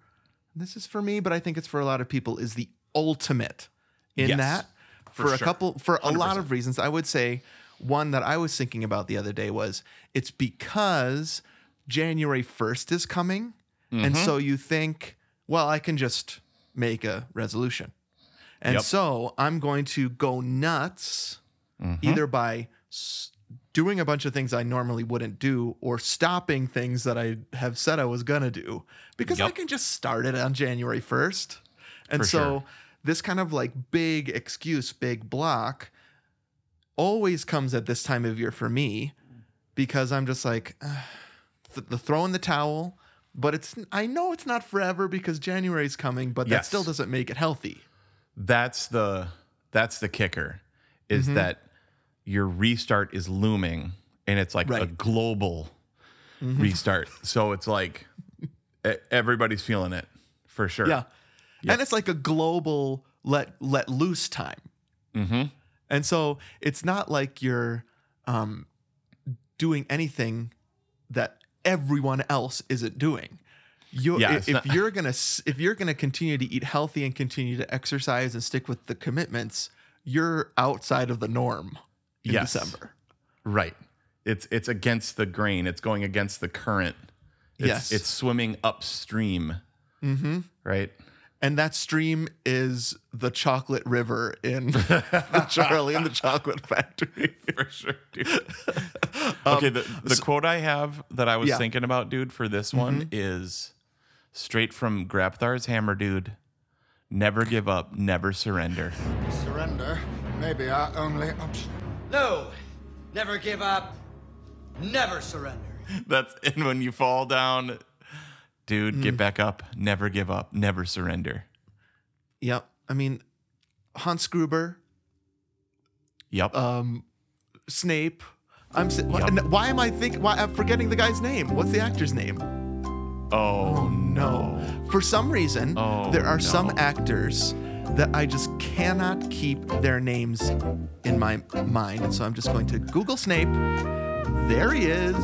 Speaker 1: this is for me, but I think it's for a lot of people, is the ultimate in
Speaker 2: Yes,
Speaker 1: that for, a
Speaker 2: sure.
Speaker 1: couple, for a lot of reasons. I would say one that I was thinking about the other day was it's because January 1st is coming. And
Speaker 2: Mm-hmm.
Speaker 1: so you think, well, I can just make a resolution. And
Speaker 2: Yep.
Speaker 1: so I'm going to go nuts
Speaker 2: Hmm?
Speaker 1: either by s- doing a bunch of things I normally wouldn't do or stopping things that I have said I was going to do because I
Speaker 2: Yep.
Speaker 1: can just start it on January 1st. And
Speaker 2: For
Speaker 1: so
Speaker 2: sure.
Speaker 1: this kind of like big excuse, big block always comes at this time of year for me because I'm just like ah, th- the throw in the towel, but it's I know it's not forever because January's coming, but that
Speaker 2: Yes.
Speaker 1: still doesn't make it healthy.
Speaker 2: that's the that's the kicker is
Speaker 1: Mm-hmm.
Speaker 2: that your restart is looming and it's like a
Speaker 1: Right. Mm-hmm.
Speaker 2: global restart so it's like e- everybody's feeling it for sure
Speaker 1: Yeah. And it's like a global let let loose time. Mm-hmm. And so it's not like you're um, doing anything that everyone else isn't doing. You,
Speaker 2: Yeah,
Speaker 1: i-
Speaker 2: it's
Speaker 1: if
Speaker 2: not-
Speaker 1: you're gonna s- if you're gonna continue to eat healthy and continue to exercise and stick with the commitments, you're outside of the norm in
Speaker 2: Yes.
Speaker 1: December.
Speaker 2: right it's it's against the grain it's going against the current it's,
Speaker 1: Yes.
Speaker 2: it's swimming upstream mm-hmm. right
Speaker 1: And that stream is the chocolate river
Speaker 2: <laughs>
Speaker 1: in the Charlie and the Chocolate Factory.
Speaker 2: for sure, dude. <laughs> okay, the, the quote I have that I was
Speaker 1: Yeah.
Speaker 2: thinking about, dude, for this one is straight from Grapthar's Hammer, dude. Never give up, never surrender. <laughs>
Speaker 3: Surrender may be our only option.
Speaker 6: No, never give up, never surrender.
Speaker 2: That's and when you fall down, dude, get back up. Never give up, never surrender.
Speaker 1: Yep. I mean, Hans Gruber,
Speaker 2: Yep.
Speaker 1: um, Snape. I'm. s- wh- n- Why am I think? Why I'm forgetting the guy's name? What's the actor's name?
Speaker 2: oh no.
Speaker 1: For some reason,
Speaker 2: Oh,
Speaker 1: there are some
Speaker 2: no.
Speaker 1: actors that I just cannot keep their names in my mind, and so I'm just going to Google Snape. There he is,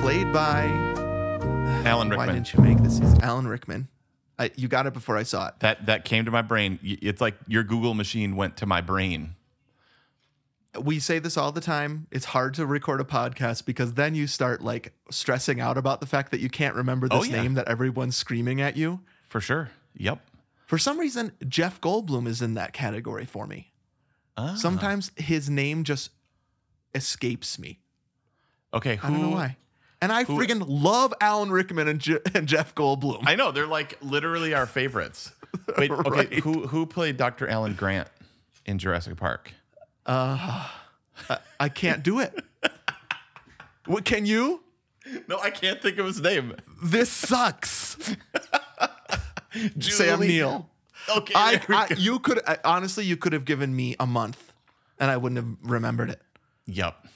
Speaker 1: played by.
Speaker 2: Alan
Speaker 1: Why
Speaker 2: Rickman.
Speaker 1: didn't you make this? He's Alan Rickman. I, you got it before I saw it.
Speaker 2: That that came to my brain. Y- It's like your Google machine went to my brain.
Speaker 1: we say this all the time. It's hard to record a podcast because then you start like stressing out about the fact that you can't remember this
Speaker 2: Oh, yeah.
Speaker 1: name that everyone's screaming at you.
Speaker 2: For sure. Yep.
Speaker 1: For some reason, Jeff Goldblum is in that category for me.
Speaker 2: Ah.
Speaker 1: Sometimes his name just escapes me.
Speaker 2: Okay,
Speaker 1: I don't know
Speaker 2: who-
Speaker 1: why. And I friggin' love Alan Rickman and, Je- and Jeff Goldblum.
Speaker 2: I know they're like literally our
Speaker 1: <laughs>
Speaker 2: favorites. Wait, okay,
Speaker 1: Right.
Speaker 2: who who played Dr. Alan Grant in Jurassic Park?
Speaker 1: I can't do
Speaker 2: <laughs>
Speaker 1: it. what can you?
Speaker 2: No, I can't think of his name.
Speaker 1: This sucks. Sam
Speaker 2: Julie-
Speaker 1: Neill.
Speaker 2: Okay,
Speaker 1: I,
Speaker 2: there we
Speaker 1: I
Speaker 2: <laughs> go.
Speaker 1: you could I, honestly you could have given me a month and I wouldn't have remembered it.
Speaker 2: yep,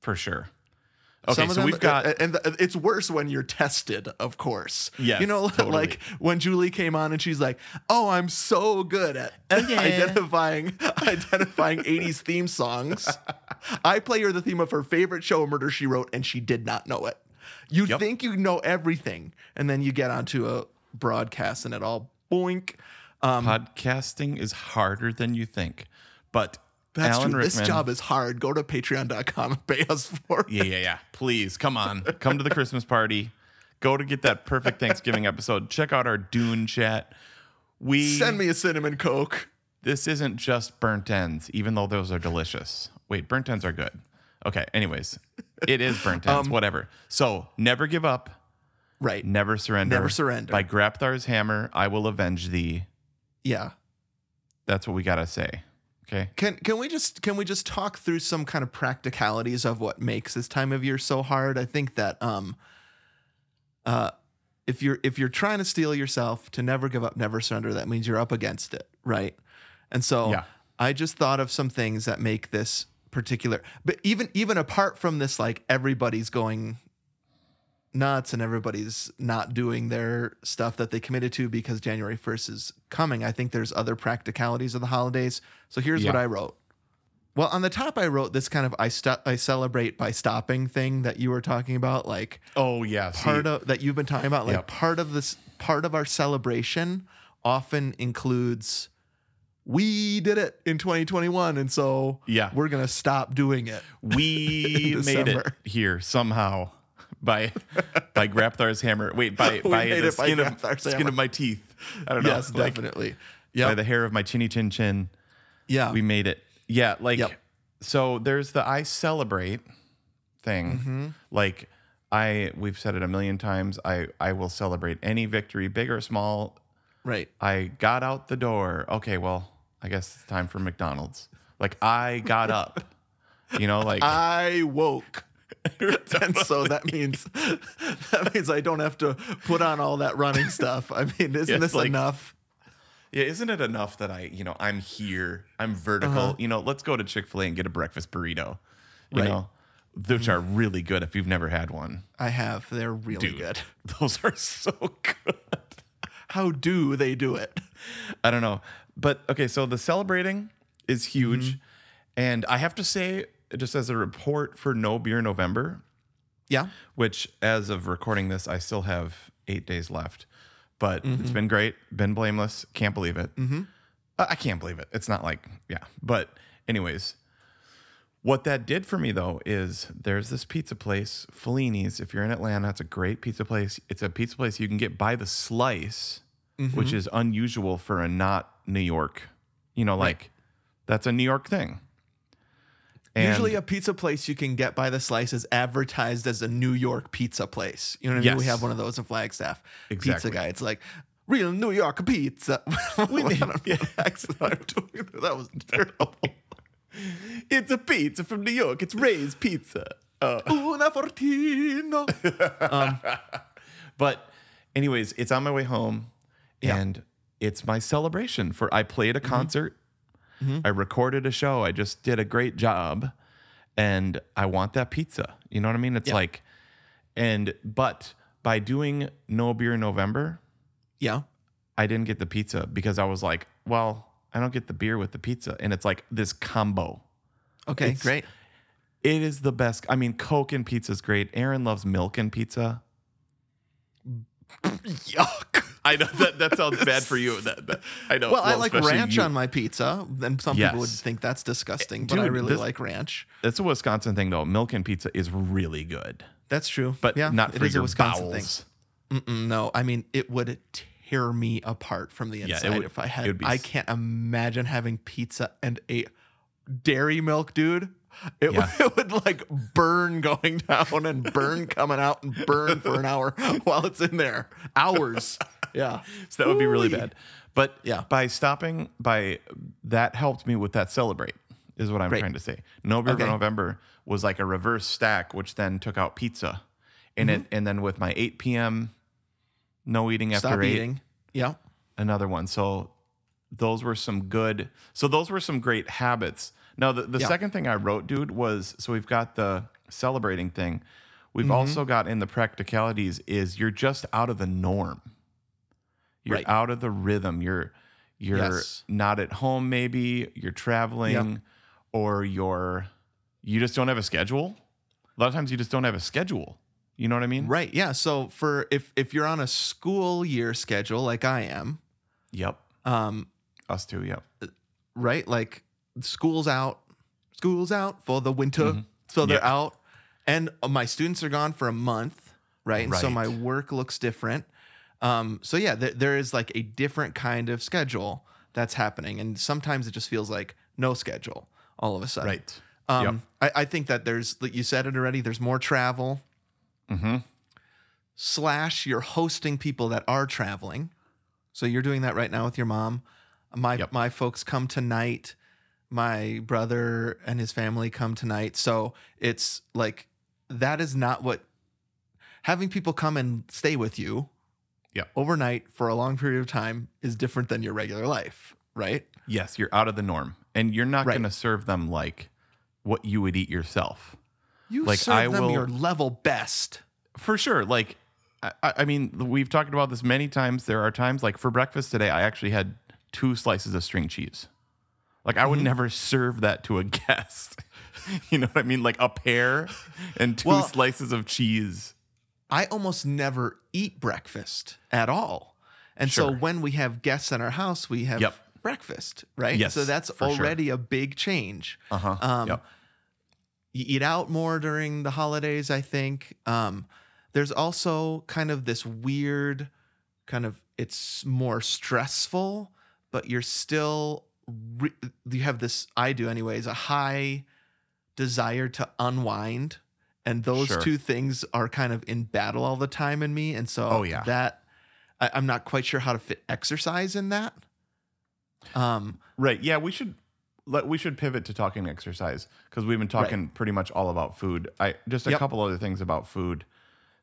Speaker 2: for sure. Okay,
Speaker 1: Some of
Speaker 2: so
Speaker 1: them-
Speaker 2: we've got
Speaker 1: uh, and the, it's worse when you're tested, of course.
Speaker 2: Yes,
Speaker 1: you know, <laughs>
Speaker 2: totally.
Speaker 1: like when Julie came on and she's like, "Oh, I'm so good at <laughs> identifying identifying '80s theme
Speaker 2: <laughs>
Speaker 1: songs." I play her the theme of her favorite show, Murder She Wrote, and she did not know it. You
Speaker 2: Yep.
Speaker 1: think you know everything, and then you get onto a broadcast and it all boink. um,
Speaker 2: podcasting is harder than you think, but
Speaker 1: That's
Speaker 2: Alan
Speaker 1: true.
Speaker 2: Rickman.
Speaker 1: This job is hard. Go to patreon.com and pay us for it.
Speaker 2: yeah, yeah, yeah. Please come on, come to the Christmas party. Go to get that perfect Thanksgiving episode. Check out our Dune chat. We
Speaker 1: Send me a cinnamon coke.
Speaker 2: this isn't just burnt ends, even though those are delicious. Wait, burnt ends are good. Okay, anyways, it is burnt ends,
Speaker 1: Um,
Speaker 2: whatever. So never give up,
Speaker 1: Right.
Speaker 2: never surrender.
Speaker 1: Never surrender.
Speaker 2: By Grapthar's hammer, I will avenge thee.
Speaker 1: Yeah.
Speaker 2: That's what we gotta say. Okay.
Speaker 1: Can can we just can we just talk through some kind of practicalities of what makes this time of year so hard? I think that um uh if you're if you're trying to steal yourself to never give up, never surrender, that means you're up against it, right? And so
Speaker 2: Yeah.
Speaker 1: I just thought of some things that make this particular but even even apart from this like everybody's going nuts and everybody's not doing their stuff that they committed to because January 1st is coming. I think there's other practicalities of the holidays. So here's what
Speaker 2: Yeah.
Speaker 1: I wrote. Well, on the top I wrote this kind of I st- I celebrate by stopping thing that you were talking about like
Speaker 2: Oh yeah.
Speaker 1: part of that you've been talking about like
Speaker 2: Yep.
Speaker 1: part of this part of our celebration often includes we did it in 2021 and so
Speaker 2: Yeah.
Speaker 1: we're going to stop doing it. <laughs>
Speaker 2: we
Speaker 1: in
Speaker 2: made it
Speaker 1: December.
Speaker 2: here somehow by by Grapthar's hammer.
Speaker 1: <laughs>
Speaker 2: Wait, by by
Speaker 1: made
Speaker 2: the
Speaker 1: it by
Speaker 2: skin of
Speaker 1: Grapthar's
Speaker 2: skin
Speaker 1: hammer.
Speaker 2: of my teeth. I don't know.
Speaker 1: Yes,
Speaker 2: like,
Speaker 1: definitely.
Speaker 2: By
Speaker 1: Yeah.
Speaker 2: the hair of my chinny chin chin.
Speaker 1: yeah.
Speaker 2: we made it. Yeah, like
Speaker 1: Uh, Yep.
Speaker 2: so there's the I celebrate thing.
Speaker 1: Mm-hmm.
Speaker 2: Like I we've said it a million times. I I will celebrate any victory, big or small,
Speaker 1: Right.
Speaker 2: I got out the door. Okay, well, I guess it's time for McDonald's. Like I got up. You know,
Speaker 1: <laughs>
Speaker 2: like
Speaker 1: I
Speaker 2: <laughs>
Speaker 1: woke. <laughs> and so that means <laughs> that means I don't have to put on all that
Speaker 2: <laughs>
Speaker 1: running stuff. I mean, isn't
Speaker 2: Yes,
Speaker 1: this
Speaker 2: like-
Speaker 1: enough?
Speaker 2: yeah, isn't it enough that I, you know, I'm here, I'm vertical. You know, let's go to Chick-fil-A and get a breakfast burrito.
Speaker 1: Uh-huh.
Speaker 2: You
Speaker 1: Right. Mm.
Speaker 2: know, which are really good if you've never had one.
Speaker 1: I have. They're really
Speaker 2: Dude,
Speaker 1: good.
Speaker 2: <laughs> Those are so good.
Speaker 1: How do they do it?
Speaker 2: I don't know. But okay, so the celebrating is huge.
Speaker 1: Mm-hmm.
Speaker 2: And I have to say, just as a report for No Beer November,
Speaker 1: Yeah.
Speaker 2: which as of recording this, I still have eight days left. But it's been great, been blameless. Can't believe it. Mm-hmm. I can't believe it. It's not like, yeah. But, anyways, what that did for me though is there's this pizza place, Fellini's. If you're in Atlanta, it's a great pizza place. It's a pizza place you can get by the slice, which is unusual for a not New York. You know, like that's a New York thing. And
Speaker 1: Usually, a pizza place you can get by the slice is advertised as a New York pizza place. You know what I mean? We
Speaker 2: Yes.
Speaker 1: have one of those in Flagstaff.
Speaker 2: Exactly.
Speaker 1: Pizza guy. It's like real New York pizza. <laughs> we need <laughs>
Speaker 2: <laughs>
Speaker 1: That was terrible.
Speaker 2: it's a pizza from New York. It's Ray's Pizza. Uh.
Speaker 1: Una fortina.
Speaker 2: But, anyways, it's on my way home,
Speaker 1: Yeah. Mm-hmm.
Speaker 2: and it's my celebration for I played a concert, I recorded a show, I just did a great job, and I want that pizza. You know what I mean? It's like, and but by doing No Beer November,
Speaker 1: Yeah.
Speaker 2: I didn't get the pizza because I was like, well, I don't get the beer with the pizza, and it's like this combo.
Speaker 1: Okay.
Speaker 2: It's-
Speaker 1: great.
Speaker 2: It is the best. I mean, Coke and pizza is great. Aaron loves milk and pizza.
Speaker 1: Yuck.
Speaker 2: I know that that sounds bad for you. That, that- I know.
Speaker 1: Well, I like
Speaker 2: especially
Speaker 1: ranch
Speaker 2: you.
Speaker 1: on my pizza, and some people would
Speaker 2: Yes. Eh,
Speaker 1: think that's disgusting, but I
Speaker 2: Dude,
Speaker 1: really
Speaker 2: this-
Speaker 1: like ranch.
Speaker 2: That's a Wisconsin thing, though. Milk and pizza is really good,
Speaker 1: That's true,
Speaker 2: but
Speaker 1: yeah,
Speaker 2: not
Speaker 1: it
Speaker 2: for
Speaker 1: is
Speaker 2: your
Speaker 1: a Wisconsin
Speaker 2: bowels.
Speaker 1: thing. Mm-mm, no, I mean it would tear me apart from the
Speaker 2: it
Speaker 1: inside
Speaker 2: would-
Speaker 1: if I
Speaker 2: it would
Speaker 1: had.
Speaker 2: be
Speaker 1: I
Speaker 2: s-
Speaker 1: can't imagine having pizza and a dairy milk, dude. It,
Speaker 2: Yeah.
Speaker 1: would, <laughs> it would like burn going down and burn coming out and burn for an hour <laughs> while it's in there. Hours. Yeah.
Speaker 2: <laughs> So that would be really
Speaker 1: Ooh-wee.
Speaker 2: bad. But
Speaker 1: Yeah.
Speaker 2: by stopping by, that helped me with that celebrate. Is what I'm
Speaker 1: Great.
Speaker 2: trying to say. No Beer
Speaker 1: Okay.
Speaker 2: November was like a reverse stack, which then took out pizza, and
Speaker 1: Mm-hmm.
Speaker 2: it and then with my 8 p.m. no eating after
Speaker 1: Stop
Speaker 2: eight,
Speaker 1: eating. Yeah.
Speaker 2: another one. So those were some good. So those were some great habits. Now the, the
Speaker 1: Yeah.
Speaker 2: second thing I wrote, dude, was so we've got the celebrating thing. We've
Speaker 1: Mm-hmm.
Speaker 2: also got in the practicalities is you're just out of the norm. You're
Speaker 1: Right.
Speaker 2: out of the rhythm. You're you're
Speaker 1: Yes.
Speaker 2: not at home. Maybe you're traveling, or you're you just don't have a schedule. A lot of times you just don't have a schedule. You know what I mean?
Speaker 1: Right. Yeah. So for if if you're on a school year schedule like I am,
Speaker 2: Yep.
Speaker 1: um,
Speaker 2: Us too. Yep.
Speaker 1: right? Like school's out, school's out for the winter, so they're
Speaker 2: Mm-hmm. Yep.
Speaker 1: out, and uh, my students are gone for a month, right? And so
Speaker 2: Right.
Speaker 1: my work looks different. Um, so yeah, there, there is like a different kind of schedule that's happening, and sometimes it just feels like no schedule all of a sudden.
Speaker 2: Right.
Speaker 1: Um, I, I think that there's like you said it already. There's more travel.
Speaker 2: Mm-hmm.
Speaker 1: Slash, you're hosting people that are traveling, so you're doing that right now with your mom. My
Speaker 2: Yep.
Speaker 1: my folks come tonight. My brother and his family come tonight. So it's like that is not what having people come and stay with you.
Speaker 2: Yeah.
Speaker 1: Overnight for a long period of time is different than your regular life, right?
Speaker 2: Yes, you're out of the norm, and you're not
Speaker 1: Right.
Speaker 2: going to serve them like what you would eat yourself,
Speaker 1: You
Speaker 2: Like,
Speaker 1: serve
Speaker 2: I
Speaker 1: them
Speaker 2: will-
Speaker 1: your level best.
Speaker 2: for sure. Like, I, I I mean, we've talked about this many times. There are times, like for breakfast today, I actually had two slices of string cheese. Like, I would
Speaker 1: Mm-hmm.
Speaker 2: never serve that to a <laughs> guest. you know what I mean? Like a pear and two
Speaker 1: Well-
Speaker 2: slices of cheese.
Speaker 1: I almost never eat breakfast at all. And
Speaker 2: Sure.
Speaker 1: so when we have guests in our house, we have
Speaker 2: Yep.
Speaker 1: breakfast, right?
Speaker 2: Yes,
Speaker 1: so that's
Speaker 2: for sure.
Speaker 1: already a big change.
Speaker 2: Uh huh.
Speaker 1: Um,
Speaker 2: yep.
Speaker 1: You eat out more during the holidays, I think. Um, there's also kind of this weird kind of it's more stressful, but you're still re- you have this I do anyways, a high desire to unwind and those
Speaker 2: Sure.
Speaker 1: two things are kind of in battle all the time in me and so
Speaker 2: Oh, yeah.
Speaker 1: that I, I'm not quite sure how to fit exercise in that. Um,
Speaker 2: Right. Yeah, we should let we should pivot to talking exercise because we've been talking pretty much all about food. I just a
Speaker 1: Yep.
Speaker 2: couple other things about food.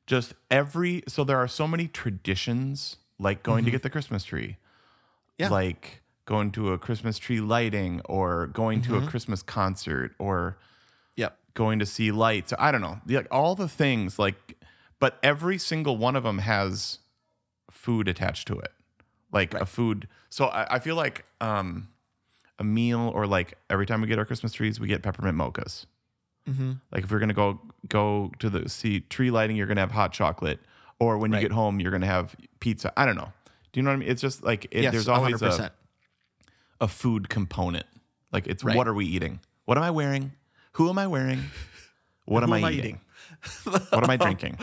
Speaker 2: Just every so there are so many traditions like going to get the Christmas tree.
Speaker 1: Mm-hmm. Yeah.
Speaker 2: Like going to a Christmas tree lighting or going to
Speaker 1: Mm-hmm.
Speaker 2: a Christmas concert or
Speaker 1: yep.
Speaker 2: going to see lights. I don't know. Like all the things like but every single one of them has food attached to it. Like a food. So I, I feel like um a meal or like every time we get our Christmas trees, we get peppermint mochas.
Speaker 1: Mm-hmm.
Speaker 2: Like if we're gonna go go to the see tree lighting, you're gonna have hot chocolate. Or when you
Speaker 1: Right.
Speaker 2: get home, you're gonna have pizza. I don't know. Do you know what I mean? It's just like it,
Speaker 1: Yes,
Speaker 2: there's always a
Speaker 1: 100%.
Speaker 2: a food component. Like it's
Speaker 1: Right.
Speaker 2: what are we eating? What am I wearing? Who am I wearing? What am,
Speaker 1: Who
Speaker 2: I, eating? what <laughs> am I drinking?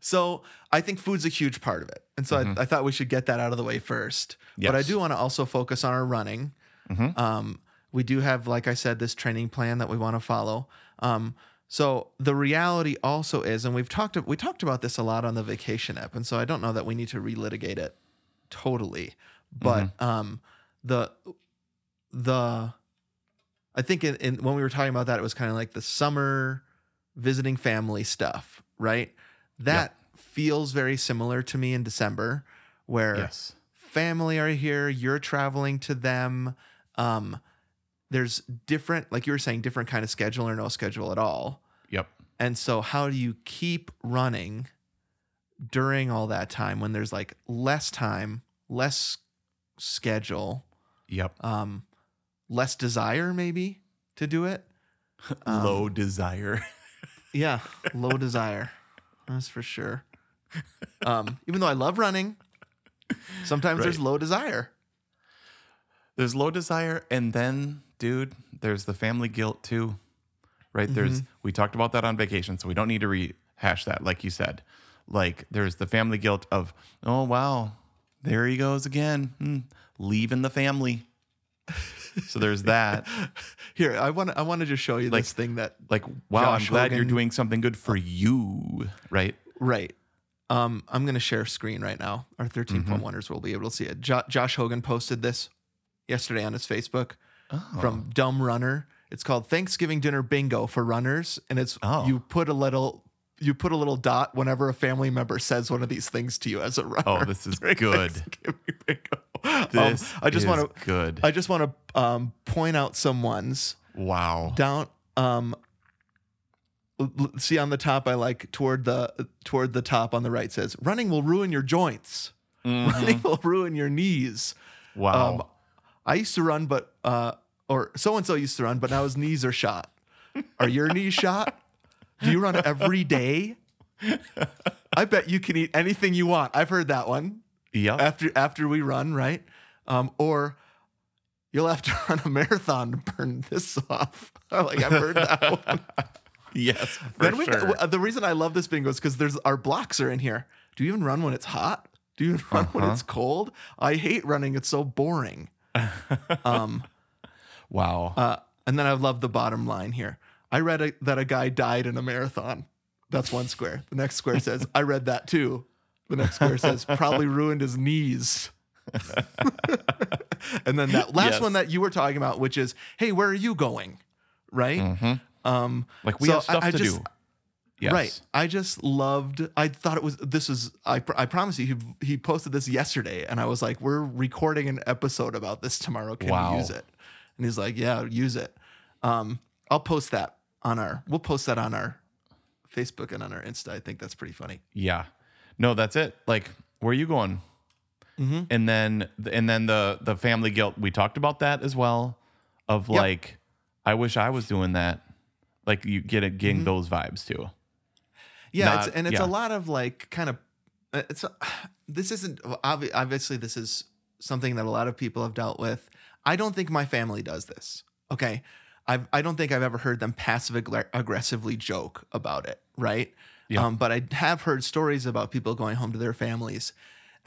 Speaker 1: So I think food's a huge part of it. And so I, I thought we should get that out of the way first. But I
Speaker 2: Yes.
Speaker 1: do want to also focus on our running. Um, we do have, like I said, this training plan that we want to follow. Um, so the reality also is, and we've talked we talked about this a lot on the vacation app, and so I don't know that we need to relitigate it totally. But um, the the I think in, in when we were talking about that, it was kind of like the summer visiting family stuff, right? That feels very similar to me in December, where
Speaker 2: Yes.
Speaker 1: family are here, you're traveling to them. Um, there's different, like you were saying, different kind of schedule or no schedule at all.
Speaker 2: Yep.
Speaker 1: And so, how do you keep running during all that time when there's like less time, less schedule,
Speaker 2: Yep.
Speaker 1: um, less desire maybe to do it? Um,
Speaker 2: Low desire. <laughs>
Speaker 1: Yeah, <laughs> low desire. That's for sure. Um, even though I love running, sometimes there's
Speaker 2: Right.
Speaker 1: low desire.
Speaker 2: there's low desire, and then, dude, there's the family guilt too. Right? There's we talked about that on vacation, so we don't need to rehash that, like you said. Like there's the family guilt of, oh wow, there he goes again. Hmm, leaving the <laughs> family. so there's that.
Speaker 1: Here, I want I want to just show you this thing that
Speaker 2: like wow
Speaker 1: Josh
Speaker 2: i'm glad you're
Speaker 1: Hogan.
Speaker 2: doing something good for you right
Speaker 1: right. Um, I'm gonna share screen right now. Our 13 point wonders will be able to see it. Jo- Josh Hogan posted this yesterday on his Facebook from
Speaker 2: Oh.
Speaker 1: Dumb Runner. It's called Thanksgiving dinner bingo for runners, and it's
Speaker 2: Oh.
Speaker 1: you put a little you put a little dot whenever a family member says one of these things to you as a runner.
Speaker 2: oh this is good
Speaker 1: Thanksgiving bingo. Um,
Speaker 2: this
Speaker 1: I just
Speaker 2: is
Speaker 1: want to
Speaker 2: good
Speaker 1: I just want to um, point out some ones
Speaker 2: wow
Speaker 1: down. Um, l- l- see on the top, I like toward the toward the top on the right says running will ruin your joints.
Speaker 2: Mm-hmm.
Speaker 1: Running will ruin your knees.
Speaker 2: Mm. wow
Speaker 1: Um, I used to run, but uh, or so and so used to run, but now his knees are shot. Are your knees shot? Do you run every day? I bet you can eat anything you want. I've heard that one
Speaker 2: yep
Speaker 1: after after we run, right? Um, or you'll have to <laughs> run a marathon to burn this off. <laughs> like I've heard that one.
Speaker 2: yes <laughs> for
Speaker 1: then uh, we
Speaker 2: sure.
Speaker 1: the reason I love this bingo is because there's our blocks are in here. Do you even run when it's hot? Do you even run
Speaker 2: Uh-huh.
Speaker 1: when it's cold? I hate running. It's so boring. um,
Speaker 2: wow
Speaker 1: uh, and then I love the bottom line here. I read a, that a guy died in a marathon. That's one square. The next square says, I read that too. The next square
Speaker 2: <laughs>
Speaker 1: says, probably ruined his knees. and then that last
Speaker 2: Yes.
Speaker 1: one that you were talking about, which is, hey, where are you going? Right? Um,
Speaker 2: like Mm. we
Speaker 1: so
Speaker 2: have stuff
Speaker 1: I- I
Speaker 2: to
Speaker 1: just-
Speaker 2: do yes
Speaker 1: Right. I just loved. I thought it was. This is. I. pr- I promise you. He, he posted this yesterday, and I was like, "We're recording an episode about this tomorrow. Can
Speaker 2: Wow.
Speaker 1: we use it?" And he's like, "Yeah, use it." Um, I'll post that on our. We'll post that on our Facebook and on our Insta. I think that's pretty funny.
Speaker 2: yeah no that's it like where are you going and then and then the the family guilt we talked about that as well of like i wish i was doing that like you get it
Speaker 1: Mm-hmm.
Speaker 2: getting those vibes too
Speaker 1: Yeah,
Speaker 2: Not-
Speaker 1: it's, and it's a
Speaker 2: yeah.
Speaker 1: lot of like kind of. uh, It's <sighs> a- this isn't obvi- obviously this is something that a lot of people have dealt with. I don't think my family does this. Okay, I've I don't think I've ever heard them passive aggr- aggressively joke about it. Right.
Speaker 2: Yeah.
Speaker 1: Um, but I have heard stories about people going home to their families,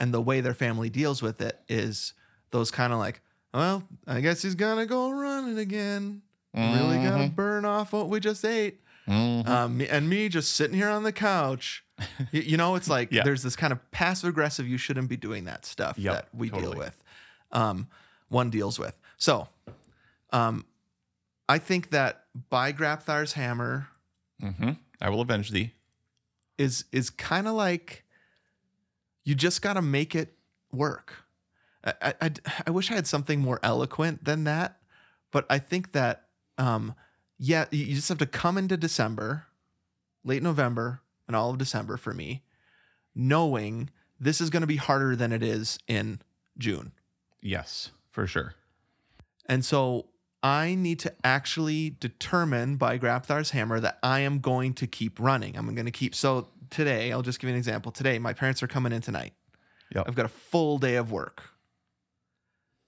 Speaker 1: and the way their family deals with it is those kind of like, well,
Speaker 2: Mm-hmm.
Speaker 1: I guess he's gonna go running again. Really gotta burn off what we just ate. Um, and me just sitting here on the
Speaker 2: <laughs>
Speaker 1: couch. Y- You, know, it's like
Speaker 2: Yeah.
Speaker 1: there's this kind of passive aggressive, you shouldn't be doing that stuff
Speaker 2: Yep,
Speaker 1: that we
Speaker 2: totally.
Speaker 1: deal with. Um, one deals with. So um, I think that by Grapthar's hammer
Speaker 2: Mm-hmm. I will avenge thee.
Speaker 1: is is kind of like you just got to make it work. I, I, I- I wish I had something more eloquent than that, but I think that um, yeah, you you just have to come into December, late November, and all of December for me, knowing this is going to be harder than it is in June.
Speaker 2: Yes, for sure.
Speaker 1: And so I need to actually determine by Grapthar's hammer that I am going to keep running. I'm going to keep. So today, I'll just give you an example. Today, my parents are coming in tonight.
Speaker 2: Yep.
Speaker 1: I've got a full day of work.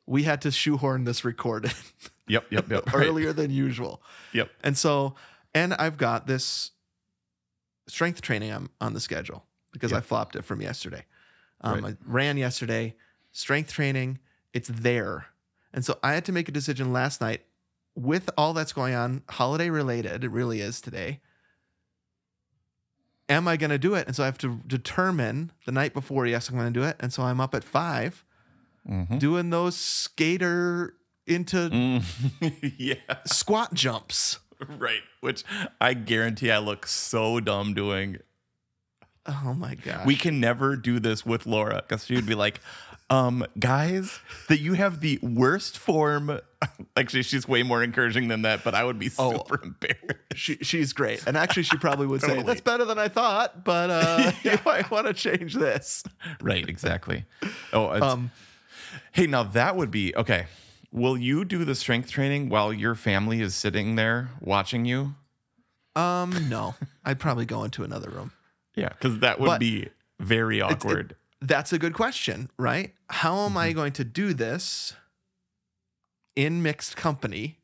Speaker 1: We had to shoehorn this recorded <laughs>
Speaker 2: Yep, yep, yep. right.
Speaker 1: earlier than usual.
Speaker 2: Yep.
Speaker 1: And so, and I've got this strength training on, on the schedule because I flopped it from yesterday. Um,
Speaker 2: Right.
Speaker 1: I ran yesterday, strength training, it's there. And so I had to make a decision last night with all that's going on, holiday related, it really is today. Am I going to do it? And so I have to determine the night before, yes, I'm going to do it. And so I'm up at 5 doing those skater into
Speaker 2: Mm. Mm-hmm. <laughs> yeah,
Speaker 1: squat jumps.
Speaker 2: right. Which I guarantee I look so dumb doing.
Speaker 1: Oh my God.
Speaker 2: We can never do this with Laura because she would be like, um, guys, that you have the worst form. <laughs> Actually, she's way more encouraging than that, but I would be
Speaker 1: Oh.
Speaker 2: super embarrassed.
Speaker 1: she, she's great. And actually, she probably <laughs> would say,
Speaker 2: Totally.
Speaker 1: that's better than I thought, but <laughs> uh, you might want to change this.
Speaker 2: Right, exactly. Oh, it's,
Speaker 1: Um,
Speaker 2: Hey, now that would be okay. Will you do the strength training while your family is sitting there watching you?
Speaker 1: um, no, I'd probably go into another room.
Speaker 2: Yeah, because that would
Speaker 1: But-
Speaker 2: be very awkward.
Speaker 1: That's a good question, right? How am I going to do this in mixed company?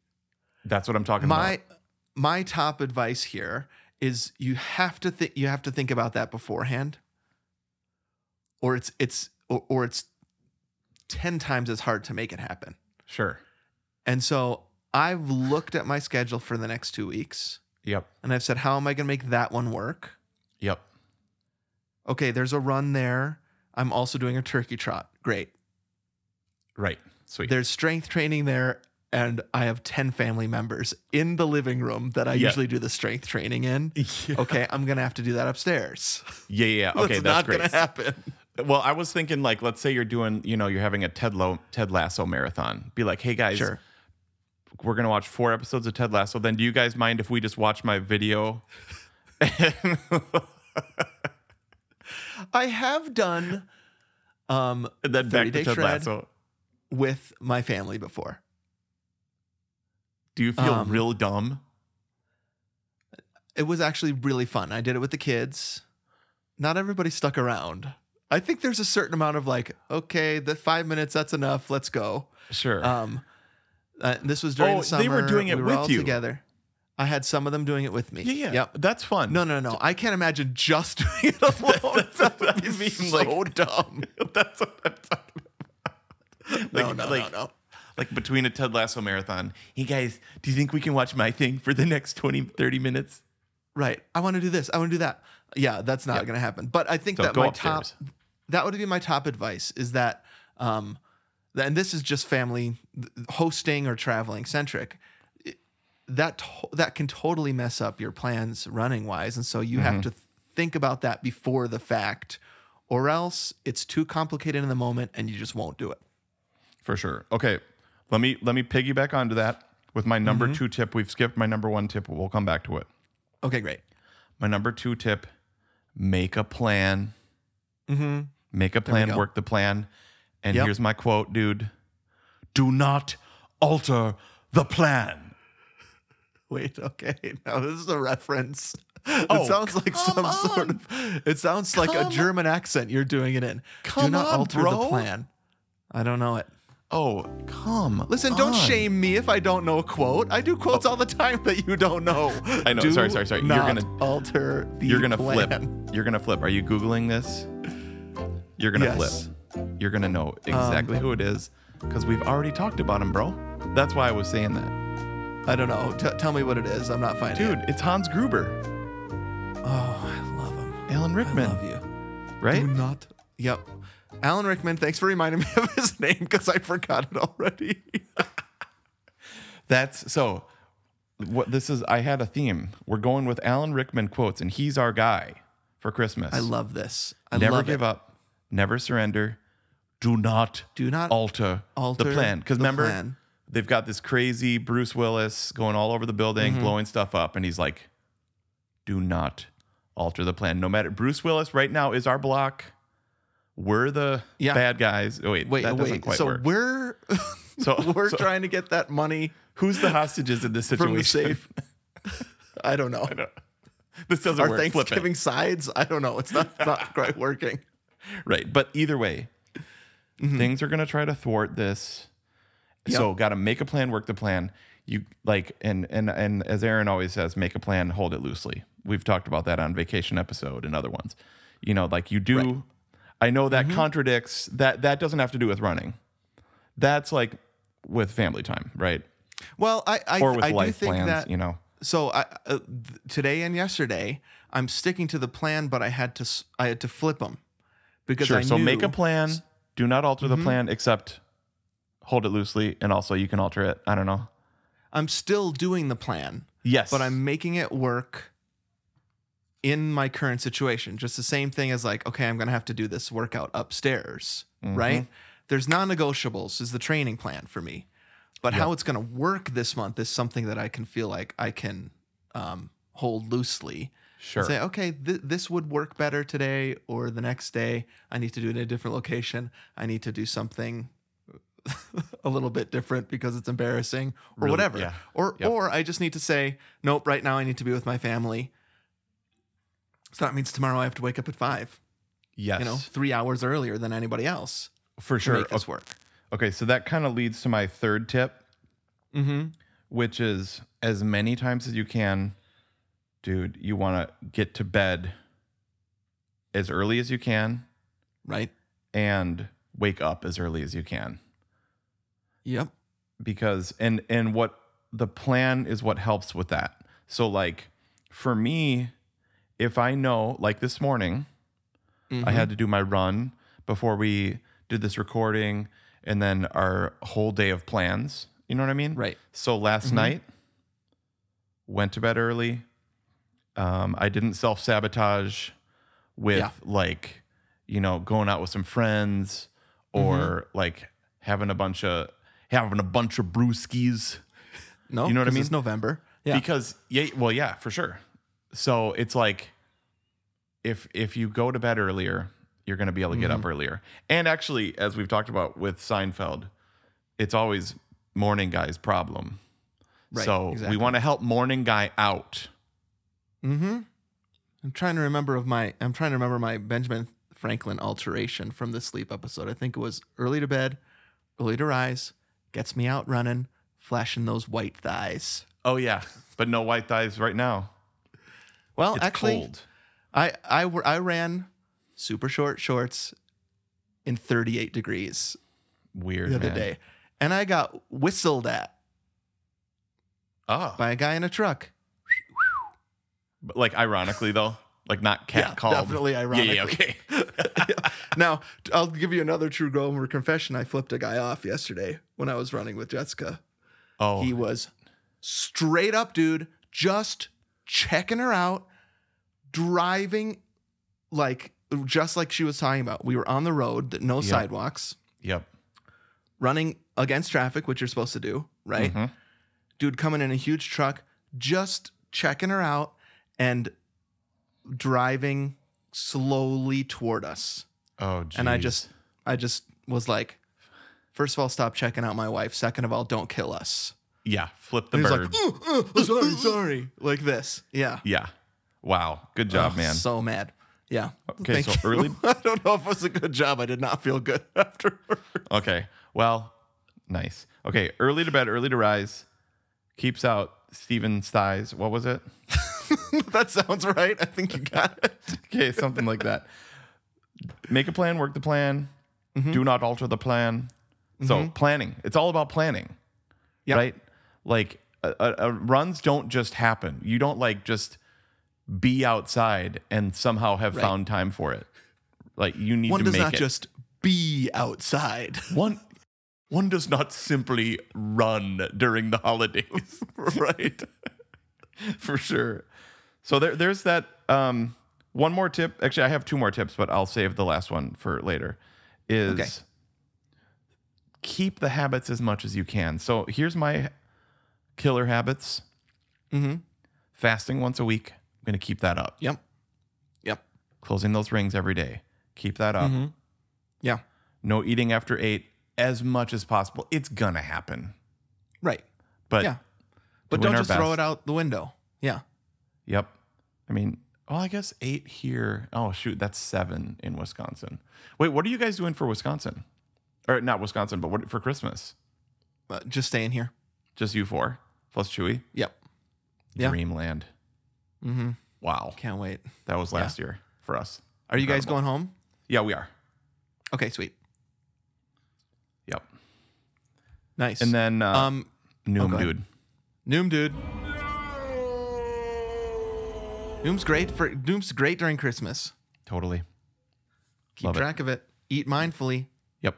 Speaker 2: That's what I'm talking
Speaker 1: My
Speaker 2: about.
Speaker 1: my top advice here is you have to think you have to think about that beforehand, or it's it's or, or it's ten times as hard to make it happen.
Speaker 2: Sure.
Speaker 1: And so I've looked at my schedule for the next two weeks
Speaker 2: Yep.
Speaker 1: and I've said, how am I going to make that one work?
Speaker 2: Yep.
Speaker 1: Okay, there's a run there. I'm also doing a turkey trot. Great.
Speaker 2: Right. Sweet.
Speaker 1: There's strength training there. And I have 10 family members in the living room that I
Speaker 2: Yeah.
Speaker 1: usually do the strength training in. Okay, I'm going to have to do that upstairs.
Speaker 2: yeah, yeah, yeah. Okay,
Speaker 1: That's not
Speaker 2: that's, great.
Speaker 1: going to happen.
Speaker 2: Well, I was thinking like, let's say you're doing, you know, you're having a Ted Lo- Ted Lasso marathon. Be like, hey guys,
Speaker 1: Sure.
Speaker 2: we're gonna watch four episodes of Ted Lasso. Then do you guys mind if we just watch my video? <laughs>
Speaker 1: I have done um,
Speaker 2: And then back
Speaker 1: 30
Speaker 2: to
Speaker 1: Day
Speaker 2: Ted
Speaker 1: Shred.
Speaker 2: Lasso.
Speaker 1: with my family before.
Speaker 2: Do you feel
Speaker 1: Um,
Speaker 2: real dumb?
Speaker 1: it was actually really fun. I did it with the kids. Not everybody stuck around. I think there's a certain amount of like, okay, the five minutes, that's enough. Let's go.
Speaker 2: Sure.
Speaker 1: Um, uh, this was during
Speaker 2: Oh,
Speaker 1: the summer.
Speaker 2: they were doing it
Speaker 1: we
Speaker 2: with
Speaker 1: all
Speaker 2: you.
Speaker 1: together. I had some of them doing it with me.
Speaker 2: yeah, yeah.
Speaker 1: Yep.
Speaker 2: That's fun.
Speaker 1: No, no, no. I can't imagine just <laughs> doing it
Speaker 2: <laughs>
Speaker 1: alone. <laughs> that would be
Speaker 2: mean,
Speaker 1: so
Speaker 2: like-
Speaker 1: dumb.
Speaker 2: <laughs> That's what I'm talking about.
Speaker 1: <laughs> No, no,
Speaker 2: like,
Speaker 1: no, no.
Speaker 2: Like between a Ted Lasso marathon. Hey guys, do you think we can watch my thing for the next 20, 30 minutes?
Speaker 1: Right. I want to do this. I want to do that. Yeah, that's not going to happen. But I think
Speaker 2: So
Speaker 1: that
Speaker 2: go
Speaker 1: my
Speaker 2: upstairs.
Speaker 1: top that would be my top advice is that um th- and this is just family th- hosting or traveling centric. It- That to- that can totally mess up your plans running wise and so you have
Speaker 2: Mm-hmm.
Speaker 1: to th- think about that before the fact or else it's too complicated in the moment and you just won't do it.
Speaker 2: For sure. Okay. Let me let me piggyback onto that with my number two tip. We've skipped my number one tip, but we'll come back to it.
Speaker 1: Okay, great.
Speaker 2: My number two tip, make a plan. Mm-hmm.
Speaker 1: Mhm.
Speaker 2: Make a plan,
Speaker 1: go.
Speaker 2: work the plan. And
Speaker 1: Yep.
Speaker 2: here's my quote, dude.
Speaker 5: Do not alter the plan.
Speaker 1: <laughs> Wait, okay. Now this is a reference. it sounds like some sort of. It sounds like a German accent you're doing it in. Do
Speaker 2: Come
Speaker 1: not
Speaker 2: on,
Speaker 1: alter the
Speaker 2: bro.
Speaker 1: plan. I don't know it.
Speaker 2: Oh, come.
Speaker 1: Listen, don't
Speaker 2: on.
Speaker 1: shame me if I don't know a quote. I do quotes all the time that you don't know.
Speaker 2: I know,
Speaker 1: Do
Speaker 2: sorry, sorry, sorry. You're
Speaker 1: not
Speaker 2: gonna-
Speaker 1: alter the.
Speaker 2: You're gonna
Speaker 1: plan.
Speaker 2: flip. You're gonna flip. Are you googling this? You're gonna
Speaker 1: Yes.
Speaker 2: flip. You're gonna know exactly who it is because we've already talked about him, bro. That's why I was saying that.
Speaker 1: I don't know. T- tell me what it is. I'm not finding
Speaker 2: Dude,
Speaker 1: it.
Speaker 2: it's Hans Gruber,
Speaker 1: Oh, I love him.
Speaker 2: Alan Rickman,
Speaker 1: I love you.
Speaker 2: right?
Speaker 1: Do not. Yep. Alan Rickman, thanks for reminding me of his <laughs> name because I forgot it already.
Speaker 2: That's so. What this is, I had a theme. We're going with Alan Rickman quotes, and he's our guy for Christmas.
Speaker 1: I love this. I
Speaker 2: never
Speaker 1: love
Speaker 2: give
Speaker 1: it.
Speaker 2: up, never surrender, do not
Speaker 1: Do not
Speaker 2: alter,
Speaker 1: alter
Speaker 2: the plan. Because
Speaker 1: the
Speaker 2: remember,
Speaker 1: plan.
Speaker 2: they've got this crazy Bruce Willis going all over the building,
Speaker 1: Mm-hmm.
Speaker 2: blowing stuff up, and he's like, "Do not alter the plan." No matter Bruce Willis right now is our block. We're the
Speaker 1: Yeah.
Speaker 2: bad guys. Oh, wait,
Speaker 1: Wait,
Speaker 2: that doesn't
Speaker 1: wait.
Speaker 2: quite
Speaker 1: So
Speaker 2: work.
Speaker 1: we're <laughs>
Speaker 2: So
Speaker 1: we're
Speaker 2: so
Speaker 1: trying to get that money
Speaker 2: Who's the hostages in this situation?
Speaker 1: from the safe. I don't know.
Speaker 2: <laughs> This doesn't
Speaker 1: Our
Speaker 2: work. Flip it.
Speaker 1: Thanksgiving sides. I don't know. It's
Speaker 2: <laughs>
Speaker 1: not, it's not quite working.
Speaker 2: Right. But either way,
Speaker 1: Mm-hmm.
Speaker 2: things are going to try to thwart this. So got to make a plan, work the plan. You like and and and as Aaron always says, make a plan, hold it loosely. We've talked about that on vacation episode and other ones. You know, like you do I know that
Speaker 1: Mm-hmm.
Speaker 2: contradicts that that doesn't have to do with running. That's like with family time, right?
Speaker 1: Well, I I,
Speaker 2: Or with
Speaker 1: I do
Speaker 2: life
Speaker 1: think
Speaker 2: plans,
Speaker 1: that
Speaker 2: you know.
Speaker 1: so I, uh, th- today and yesterday I'm sticking to the plan, but I had to s- I had to flip them because
Speaker 2: Sure.
Speaker 1: I
Speaker 2: so make a
Speaker 1: knew- Mm-hmm.
Speaker 2: plan. Do not alter the plan except hold it loosely and also you can alter it. I don't know.
Speaker 1: I'm still doing the plan,
Speaker 2: Yes.
Speaker 1: but I'm making it work in my current situation. Just the same thing as like, okay, I'm gonna have to do this workout upstairs, right? There's non-negotiables is the training plan for me, but how it's gonna work this month is something that I can feel like I can um, hold loosely.
Speaker 2: sure.
Speaker 1: Say, okay, th- this would work better today or the next day. I need to do it in a different location. I need to do something <laughs> a little bit different because it's embarrassing or whatever.
Speaker 2: yeah.
Speaker 1: Or
Speaker 2: Yep.
Speaker 1: or I just need to say, nope, right now I need to be with my family. So that means tomorrow I have to wake up at five,
Speaker 2: Yes.
Speaker 1: you know, three hours earlier than anybody else
Speaker 2: for
Speaker 1: to
Speaker 2: sure.
Speaker 1: make this
Speaker 2: okay.
Speaker 1: work.
Speaker 2: okay, so that kind of leads to my third tip, Mm-hmm. which is as many times as you can, dude, you want to get to bed as early as you can
Speaker 1: Right?
Speaker 2: and wake up as early as you can
Speaker 1: Yep.
Speaker 2: because and and what the plan is what helps with that. So like for me, if I know like this morning, I had to do my run before we did this recording and then our whole day of plans. You know what I mean?
Speaker 1: Right.
Speaker 2: So last night, went to bed early. Um, I didn't self sabotage with
Speaker 1: Yeah.
Speaker 2: like, you know, going out with some friends or
Speaker 1: Mm-hmm.
Speaker 2: like having a bunch of having a bunch of brewskis.
Speaker 1: No,
Speaker 2: You know what I
Speaker 1: 'cause It's
Speaker 2: mean?
Speaker 1: November. Yeah.
Speaker 2: Because yeah, well, yeah, for sure. So it's like if if you go to bed earlier, you're gonna be able to get
Speaker 1: Mm-hmm.
Speaker 2: up earlier. And actually, as we've talked about with Seinfeld, it's always morning guy's problem.
Speaker 1: Right,
Speaker 2: so
Speaker 1: exactly.
Speaker 2: we want to help morning guy out.
Speaker 1: Mm-hmm. I'm trying to remember of my I'm trying to remember my Benjamin Franklin alteration from the sleep episode. I think it was early to bed, early to rise, gets me out running, flashing those white thighs.
Speaker 2: Oh yeah, but no white thighs right now.
Speaker 1: Well,
Speaker 2: It's
Speaker 1: Oh, actually,
Speaker 2: cold.
Speaker 1: I I were- I ran super short shorts in 38 degrees
Speaker 2: Weird.
Speaker 1: the other
Speaker 2: man.
Speaker 1: day, and I got whistled at
Speaker 2: Oh,
Speaker 1: by a guy in a truck. <laughs>
Speaker 2: but, like ironically though, like not cat called.
Speaker 1: definitely
Speaker 2: Yeah, yeah,
Speaker 1: ironically. <laughs>
Speaker 2: okay.
Speaker 1: Now, t- I'll give you another true Grover confession. I flipped a guy off yesterday when I was running with Jessica.
Speaker 2: Oh,
Speaker 1: He was straight up, dude, just checking her out, driving like just like she was talking about. We were on the road, th- no sidewalks,
Speaker 2: yep.
Speaker 1: running against traffic, which you're supposed to do, right?
Speaker 2: Mm-hmm.
Speaker 1: Dude coming in a huge truck, just checking her out and driving slowly toward us.
Speaker 2: Oh, geez.
Speaker 1: And I just I just was like, first of all, stop checking out my wife. Second of all, don't kill us.
Speaker 2: yeah, flip the
Speaker 1: He's
Speaker 2: bird.
Speaker 1: like, "Oh, oh, <laughs> sorry, sorry, like this. Yeah.
Speaker 2: Yeah. Wow. Good job,
Speaker 1: Oh,
Speaker 2: man.
Speaker 1: So mad. Yeah.
Speaker 2: Okay,
Speaker 1: Thank
Speaker 2: so
Speaker 1: you.
Speaker 2: early-
Speaker 1: <laughs> I don't know if it was a good job. I did not feel good <laughs> afterward. <laughs>
Speaker 2: okay. Well, nice. Okay. Early to bed, early to rise. Keeps out Steven Styes. What was it?
Speaker 1: that sounds right. I think you got it.
Speaker 2: Okay, something like that. Make a plan, work the plan.
Speaker 1: Mm-hmm.
Speaker 2: Do not alter the plan. So planning. It's all about planning.
Speaker 1: Yep.
Speaker 2: Right? Like uh, uh, uh, runs don't just happen. You don't like just be outside and somehow have found time for it. Like you <laughs> need
Speaker 1: One
Speaker 2: to
Speaker 1: does
Speaker 2: make
Speaker 1: not
Speaker 2: it.
Speaker 1: just be outside. <laughs>
Speaker 2: one one does not simply run during the <laughs> holidays, right? For sure. So there, there's that. Um, one more tip. Actually, I have two more tips, but I'll save the last one for later. Is
Speaker 1: Okay.
Speaker 2: keep the habits as much as you can. So here's my killer habits. Mm-hmm. Fasting once a week. I'm gonna keep that up.
Speaker 1: Yep. Yep.
Speaker 2: Closing those rings every day. Keep that up
Speaker 1: Yeah.
Speaker 2: no eating after eight as much as possible. It's gonna happen.
Speaker 1: Right.
Speaker 2: But
Speaker 1: Yeah. But
Speaker 2: doing
Speaker 1: don't
Speaker 2: our
Speaker 1: just throw
Speaker 2: best.
Speaker 1: it out the window. Yeah.
Speaker 2: Yep. I mean, well, I guess eight here. Oh shoot, that's seven in Wisconsin. Wait, what are you guys doing for Wisconsin? Or not Wisconsin, but what for Christmas?
Speaker 1: Uh, just staying here.
Speaker 2: Just you four plus Chewy.
Speaker 1: Yep. Yeah.
Speaker 2: Dreamland. Mm-hmm. Wow,
Speaker 1: Can't wait.
Speaker 2: that was last year for us.
Speaker 1: Are you guys going home?
Speaker 2: Yeah, we are.
Speaker 1: Okay, sweet.
Speaker 2: Yep.
Speaker 1: Nice.
Speaker 2: And then uh,
Speaker 1: um
Speaker 2: Noom
Speaker 1: go ahead.
Speaker 2: dude.
Speaker 1: Noom dude. Noom's great for Noom's great during Christmas.
Speaker 2: Totally.
Speaker 1: Keep
Speaker 2: Love it.
Speaker 1: track of it. Eat mindfully.
Speaker 2: Yep.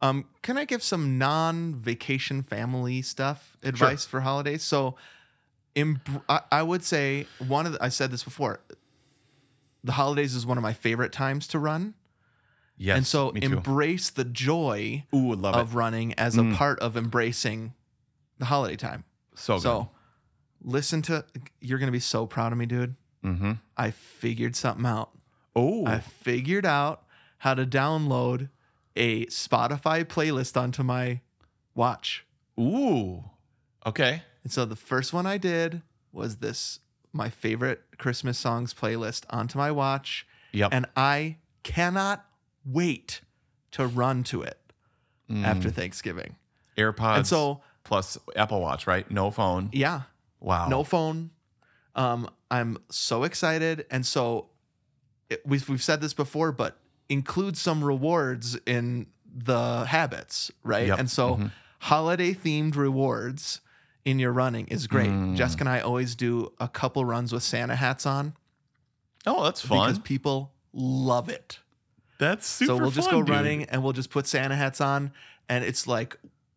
Speaker 1: Um, can I give some non-vacation family stuff advice for holidays? So, em- I, I would say one of the, I said this before. The holidays is one of my favorite times to run,
Speaker 2: Yes.
Speaker 1: and so
Speaker 2: me too.
Speaker 1: embrace the joy
Speaker 2: Ooh, love
Speaker 1: of
Speaker 2: it. Mm.
Speaker 1: running as a part of embracing the holiday time.
Speaker 2: So good.
Speaker 1: So, listen to you're gonna be so proud of me, dude.
Speaker 2: Mhm.
Speaker 1: I figured something out.
Speaker 2: oh,
Speaker 1: I figured out how to download a Spotify playlist onto my watch.
Speaker 2: ooh. Okay.
Speaker 1: And so the first one I did was this my favorite Christmas songs playlist onto my watch.
Speaker 2: Yep.
Speaker 1: And I cannot wait to run to it after Thanksgiving.
Speaker 2: AirPods.
Speaker 1: And so,
Speaker 2: plus Apple Watch, right? No phone.
Speaker 1: yeah,
Speaker 2: Wow.
Speaker 1: no phone. Um, I'm so excited, and so it, we've we've said this before, but include some rewards in the habits, right?
Speaker 2: Yep. Mm-hmm.
Speaker 1: And so holiday themed rewards in your running is great.
Speaker 2: Mm.
Speaker 1: Jessica and I always do a couple runs with Santa hats on
Speaker 2: Oh, that's
Speaker 1: because
Speaker 2: fun.
Speaker 1: people love it.
Speaker 2: That's super.
Speaker 1: so we'll just
Speaker 2: fun,
Speaker 1: go
Speaker 2: dude. <laughs>
Speaker 1: running and we'll just put Santa hats on, and it's like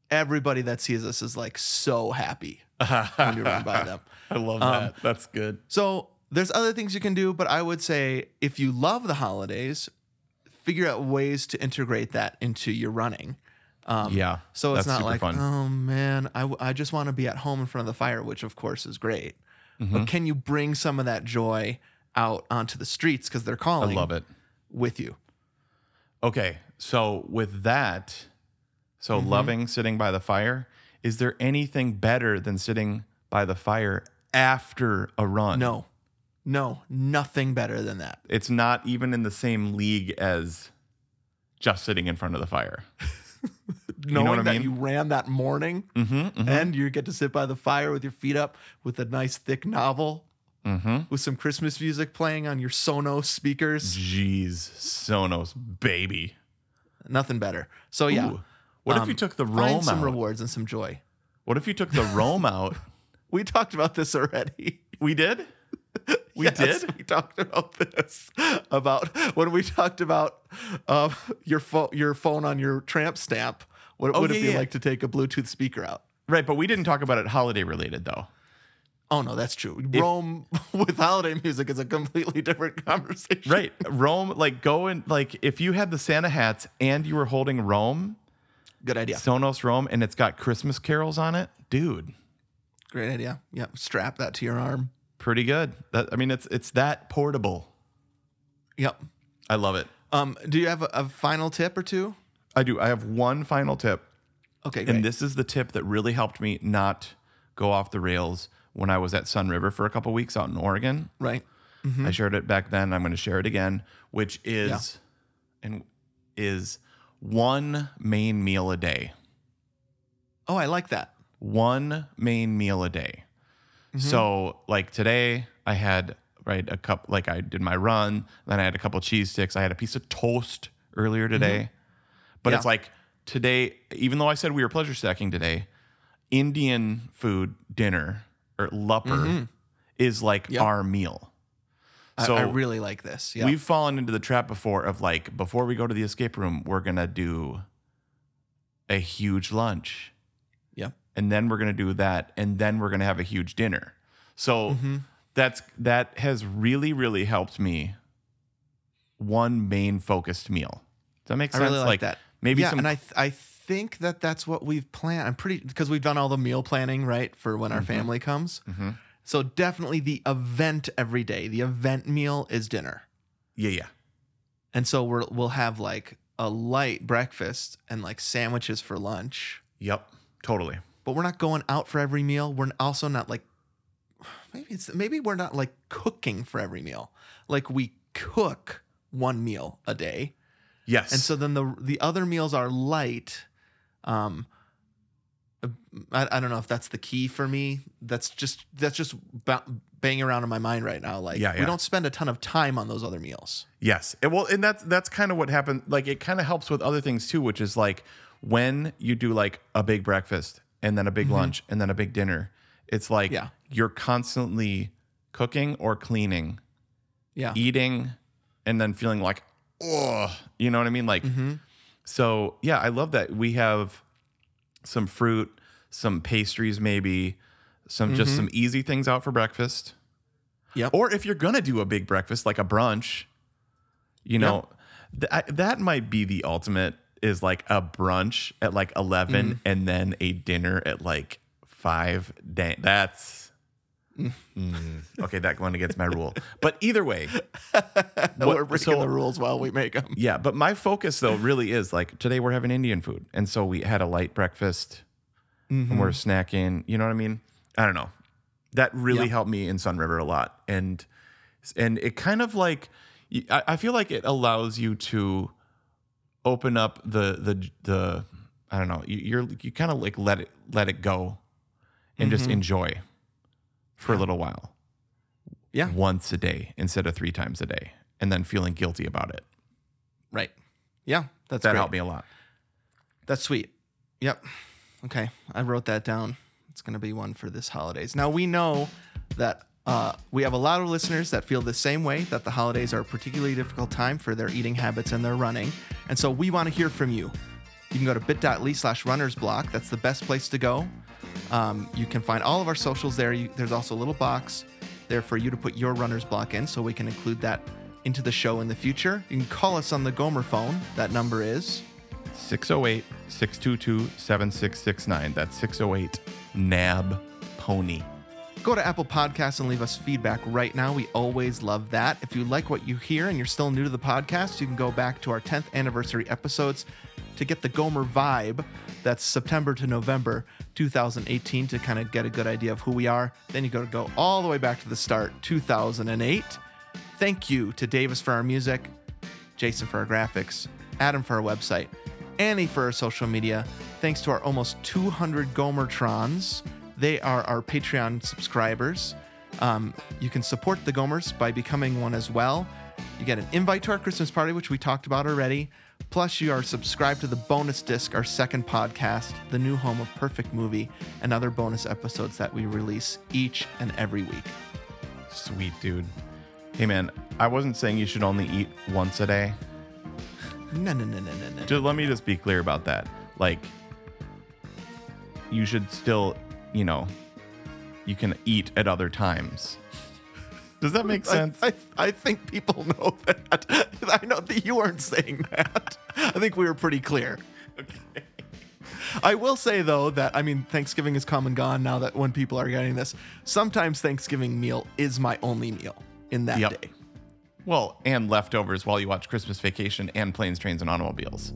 Speaker 1: everybody that sees us is like so happy when you run
Speaker 2: <laughs>
Speaker 1: by them.
Speaker 2: I love
Speaker 1: Um,
Speaker 2: that. That's good.
Speaker 1: So there's other things you can do, but I would say if you love the holidays, figure out ways to integrate that into your running. Um,
Speaker 2: Yeah,
Speaker 1: So it's
Speaker 2: that's
Speaker 1: not
Speaker 2: super
Speaker 1: like,
Speaker 2: fun.
Speaker 1: oh man, I, w- I just want to be at home in front of the fire, which of course is great.
Speaker 2: Mm-hmm.
Speaker 1: But can you bring some of that joy out onto the streets because they're
Speaker 2: I
Speaker 1: calling?
Speaker 2: love it.
Speaker 1: With you.
Speaker 2: Okay, so with that, so
Speaker 1: Mm-hmm.
Speaker 2: loving sitting by the fire. Is there anything better than sitting by the fire after a run?
Speaker 1: No, no, nothing better than that.
Speaker 2: it's not even in the same league as just sitting in front of the fire.
Speaker 1: Knowing
Speaker 2: what I
Speaker 1: that
Speaker 2: mean?
Speaker 1: you ran that morning
Speaker 2: Mm-hmm,
Speaker 1: and you get to sit by the fire with your feet up with a nice thick novel
Speaker 2: mm-hmm.
Speaker 1: with some Christmas music playing on your Sonos speakers.
Speaker 2: Jeez, Sonos baby.
Speaker 1: Nothing better. So, yeah.
Speaker 2: Mm-hmm. Ooh. What if you took the Rome
Speaker 1: Um, Find some
Speaker 2: out?
Speaker 1: rewards and some joy.
Speaker 2: What if you took the Rome out?
Speaker 1: We talked about this already. <laughs>
Speaker 2: We did? We
Speaker 1: Yes,
Speaker 2: did?
Speaker 1: We talked about this about when we talked about uh, your phone, your phone on your tramp stamp. What
Speaker 2: Oh,
Speaker 1: would
Speaker 2: yeah,
Speaker 1: it be
Speaker 2: yeah.
Speaker 1: like to take a Bluetooth speaker out?
Speaker 2: Right, but we didn't talk about it holiday related though.
Speaker 1: Oh no, that's true. Rome <laughs> with holiday music is a completely different <laughs> conversation.
Speaker 2: Right. Rome, like go and like if you had the Santa hats and you were holding Rome,
Speaker 1: Good idea.
Speaker 2: Sonos Rome, and it's got Christmas carols on it, dude,
Speaker 1: Great idea. Yeah. Strap that to your arm.
Speaker 2: pretty good. That I mean it's it's that portable.
Speaker 1: Yep.
Speaker 2: I love it.
Speaker 1: Um, do you have a, a final tip or two?
Speaker 2: I do. I have one final tip.
Speaker 1: Okay. Great.
Speaker 2: And this is the tip that really helped me not go off the rails when I was at Sun River for a couple weeks out in Oregon.
Speaker 1: right. Mm-hmm.
Speaker 2: I shared it back then. I'm going to share it again, which is and is one main meal a day.
Speaker 1: Oh, I like that.
Speaker 2: One main meal a day.
Speaker 1: Mm-hmm.
Speaker 2: So, like today, I had right a cup. Like I did my run, then I had a couple cheese sticks. I had a piece of toast earlier today, but it's
Speaker 1: Mm-hmm. Yeah.
Speaker 2: like today. Even though I said we were pleasure stacking today, Indian food dinner or lupper is like
Speaker 1: Mm-hmm. Yep.
Speaker 2: our meal.
Speaker 1: I-
Speaker 2: So
Speaker 1: I, really like this. Yeah.
Speaker 2: we've fallen into the trap before of like before we go to the escape room, we're gonna do a huge lunch
Speaker 1: yeah.
Speaker 2: and then we're going to do that and then we're going to have a huge dinner so
Speaker 1: Mm-hmm.
Speaker 2: that's that has really really helped me one main focused meal does that make
Speaker 1: I
Speaker 2: sense
Speaker 1: really like, that.
Speaker 2: maybe
Speaker 1: yeah,
Speaker 2: some
Speaker 1: and I th- I think that that's what we've planned. I'm pretty because we've done all the meal planning right for when our
Speaker 2: Mm-hmm.
Speaker 1: family comes. So definitely the event every day. The event meal is dinner,
Speaker 2: yeah yeah
Speaker 1: and so we're we'll have like a light breakfast and like sandwiches for lunch.
Speaker 2: yep totally
Speaker 1: But we're not going out for every meal. We're also not like <sighs> maybe it's maybe we're not like cooking for every meal. Like we cook one meal a day.
Speaker 2: yes
Speaker 1: and so then the the other meals are light um I, I don't know if that's the key for me that's just that's just ba- banging around in my mind right now like
Speaker 2: Yeah, yeah.
Speaker 1: we don't spend a ton of time on those other meals
Speaker 2: Yes. And well, and that's that's kind of what happened. Like it kind of helps with other things too, which is like when you do like a big breakfast and then a big lunch and then a big dinner, it's like
Speaker 1: Yeah.
Speaker 2: you're constantly cooking or cleaning,
Speaker 1: yeah
Speaker 2: eating, and then feeling like, oh, you know what I mean? Like
Speaker 1: Mm-hmm.
Speaker 2: so yeah, I love that. We have some fruit, some pastries, maybe, some just some easy things out for breakfast.
Speaker 1: Mm-hmm. yep
Speaker 2: Or if you're gonna do a big breakfast, like a brunch, you know, th- I- that might be the ultimate. Is like a brunch at like 11
Speaker 1: Mm.
Speaker 2: and then a dinner at like five. Dang, that's Mm. okay. That went against my rule, but either way, what-
Speaker 1: we're breaking
Speaker 2: so-
Speaker 1: the rules while we make them
Speaker 2: yeah, but my focus though really is like today we're having Indian food, and so we had a light breakfast, and we're
Speaker 1: Mm-hmm.
Speaker 2: snacking. You know what I mean? I don't know. That really
Speaker 1: Yeah.
Speaker 2: helped me in Sun River a lot, and and it kind of like y- I I feel like it allows you to open up the the the I don't know. You, you're you kind of like let it let it go, and just
Speaker 1: Mm-hmm.
Speaker 2: enjoy for a little while.
Speaker 1: Yeah.
Speaker 2: once a day instead of three times a day, and then feeling guilty about it
Speaker 1: right yeah that's
Speaker 2: that
Speaker 1: great.
Speaker 2: helped me a lot.
Speaker 1: That's sweet. Yep. Okay. I wrote that down. It's going to be one for this holidays. Now, we know that uh, we have a lot of listeners that feel the same way that the holidays are a particularly difficult time for their eating habits and their running. And so we want to hear from you. You can go to bit.ly slash runners block. That's the best place to go. Um, you can find all of our socials there. You, there's also a little box there for you to put your runner's block in so we can include that into the show in the future. You can call us on the Gomer phone. That number is
Speaker 2: 608 622 7669. That's 608 NAB Pony.
Speaker 1: Go to Apple Podcasts and leave us feedback right now. We always love that. If you like what you hear and you're still new to the podcast, you can go back to our 10th anniversary episodes to get the Gomer vibe. That's September to November 2018 to kind of get a good idea of who we are. Then you go to go all the way back to the start, 2008. Thank you to Davis for our music, Jason for our graphics, Adam for our website, Annie for our social media. Thanks to our almost 200 Gomertrons. They are our Patreon subscribers. Um, you can support the Gomers by becoming one as well. You get an invite to our Christmas party, which we talked about already. Plus, you are subscribed to the bonus disc, our second podcast, the new home of Perfect Movie, and other bonus episodes that we release each and every week.
Speaker 2: Sweet dude. Hey man, I wasn't saying you should only eat once a day.
Speaker 1: No, no, no, no, no, no.
Speaker 2: Just let me just be clear about that. Like, you should still, you know, you can eat at other times. Does that <laughs> make sense?
Speaker 1: I, I, I think people <laughs> know that. I know that you aren't saying that. I think we were pretty clear. I will say though that I mean Thanksgiving is come and gone now that when people are getting this. Sometimes Thanksgiving meal is my only meal in that
Speaker 2: Yep.
Speaker 1: day.
Speaker 2: well, and leftovers while you watch Christmas Vacation and Planes, Trains, and Automobiles.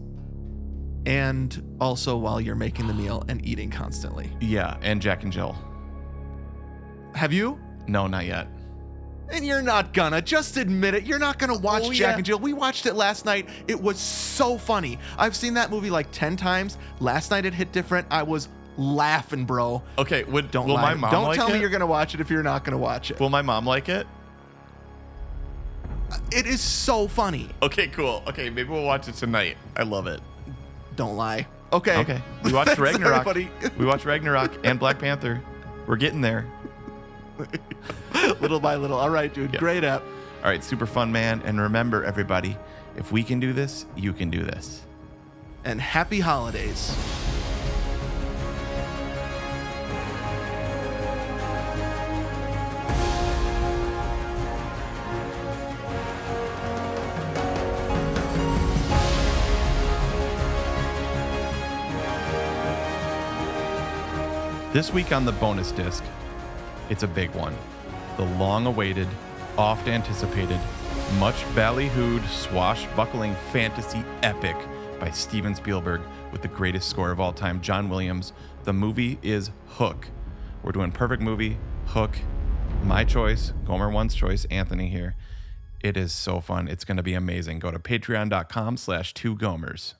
Speaker 1: And also while you're making the meal and eating constantly.
Speaker 2: Yeah, and Jack and Jill.
Speaker 1: Have you?
Speaker 2: No, not yet.
Speaker 1: And you're not gonna. Just admit it. You're not gonna watch
Speaker 2: Oh,
Speaker 1: Jack
Speaker 2: yeah.
Speaker 1: and Jill. We watched it last night. It was so funny. I've seen that movie like 10 times. Last night it hit different. I was laughing, bro.
Speaker 2: Okay, would
Speaker 1: Don't
Speaker 2: will
Speaker 1: lie.
Speaker 2: my mom
Speaker 1: Don't
Speaker 2: like
Speaker 1: tell
Speaker 2: it?
Speaker 1: me you're gonna watch it if you're not gonna watch it.
Speaker 2: Will my mom like it?
Speaker 1: It is so funny.
Speaker 2: Okay, cool. Okay, maybe we'll watch it tonight. I love it.
Speaker 1: Don't lie. Okay.
Speaker 2: Okay. We watched
Speaker 1: Thanks,
Speaker 2: Ragnarok.
Speaker 1: everybody.
Speaker 2: We watched Ragnarok and Black Panther. We're getting there.
Speaker 1: <laughs> little by little. All right, dude. Great app.
Speaker 2: All right, super fun, man. And remember, everybody, if we can do this, you can do this.
Speaker 1: And happy holidays.
Speaker 2: This week on the bonus disc, it's a big one. The long awaited, oft anticipated, much ballyhooed, swashbuckling fantasy epic by Steven Spielberg with the greatest score of all time, John Williams. The movie is Hook. We're doing perfect movie, Hook. My choice, Gomer One's choice, Anthony here. It is so fun. It's going to be amazing. Go to patreon.com slash two gomers.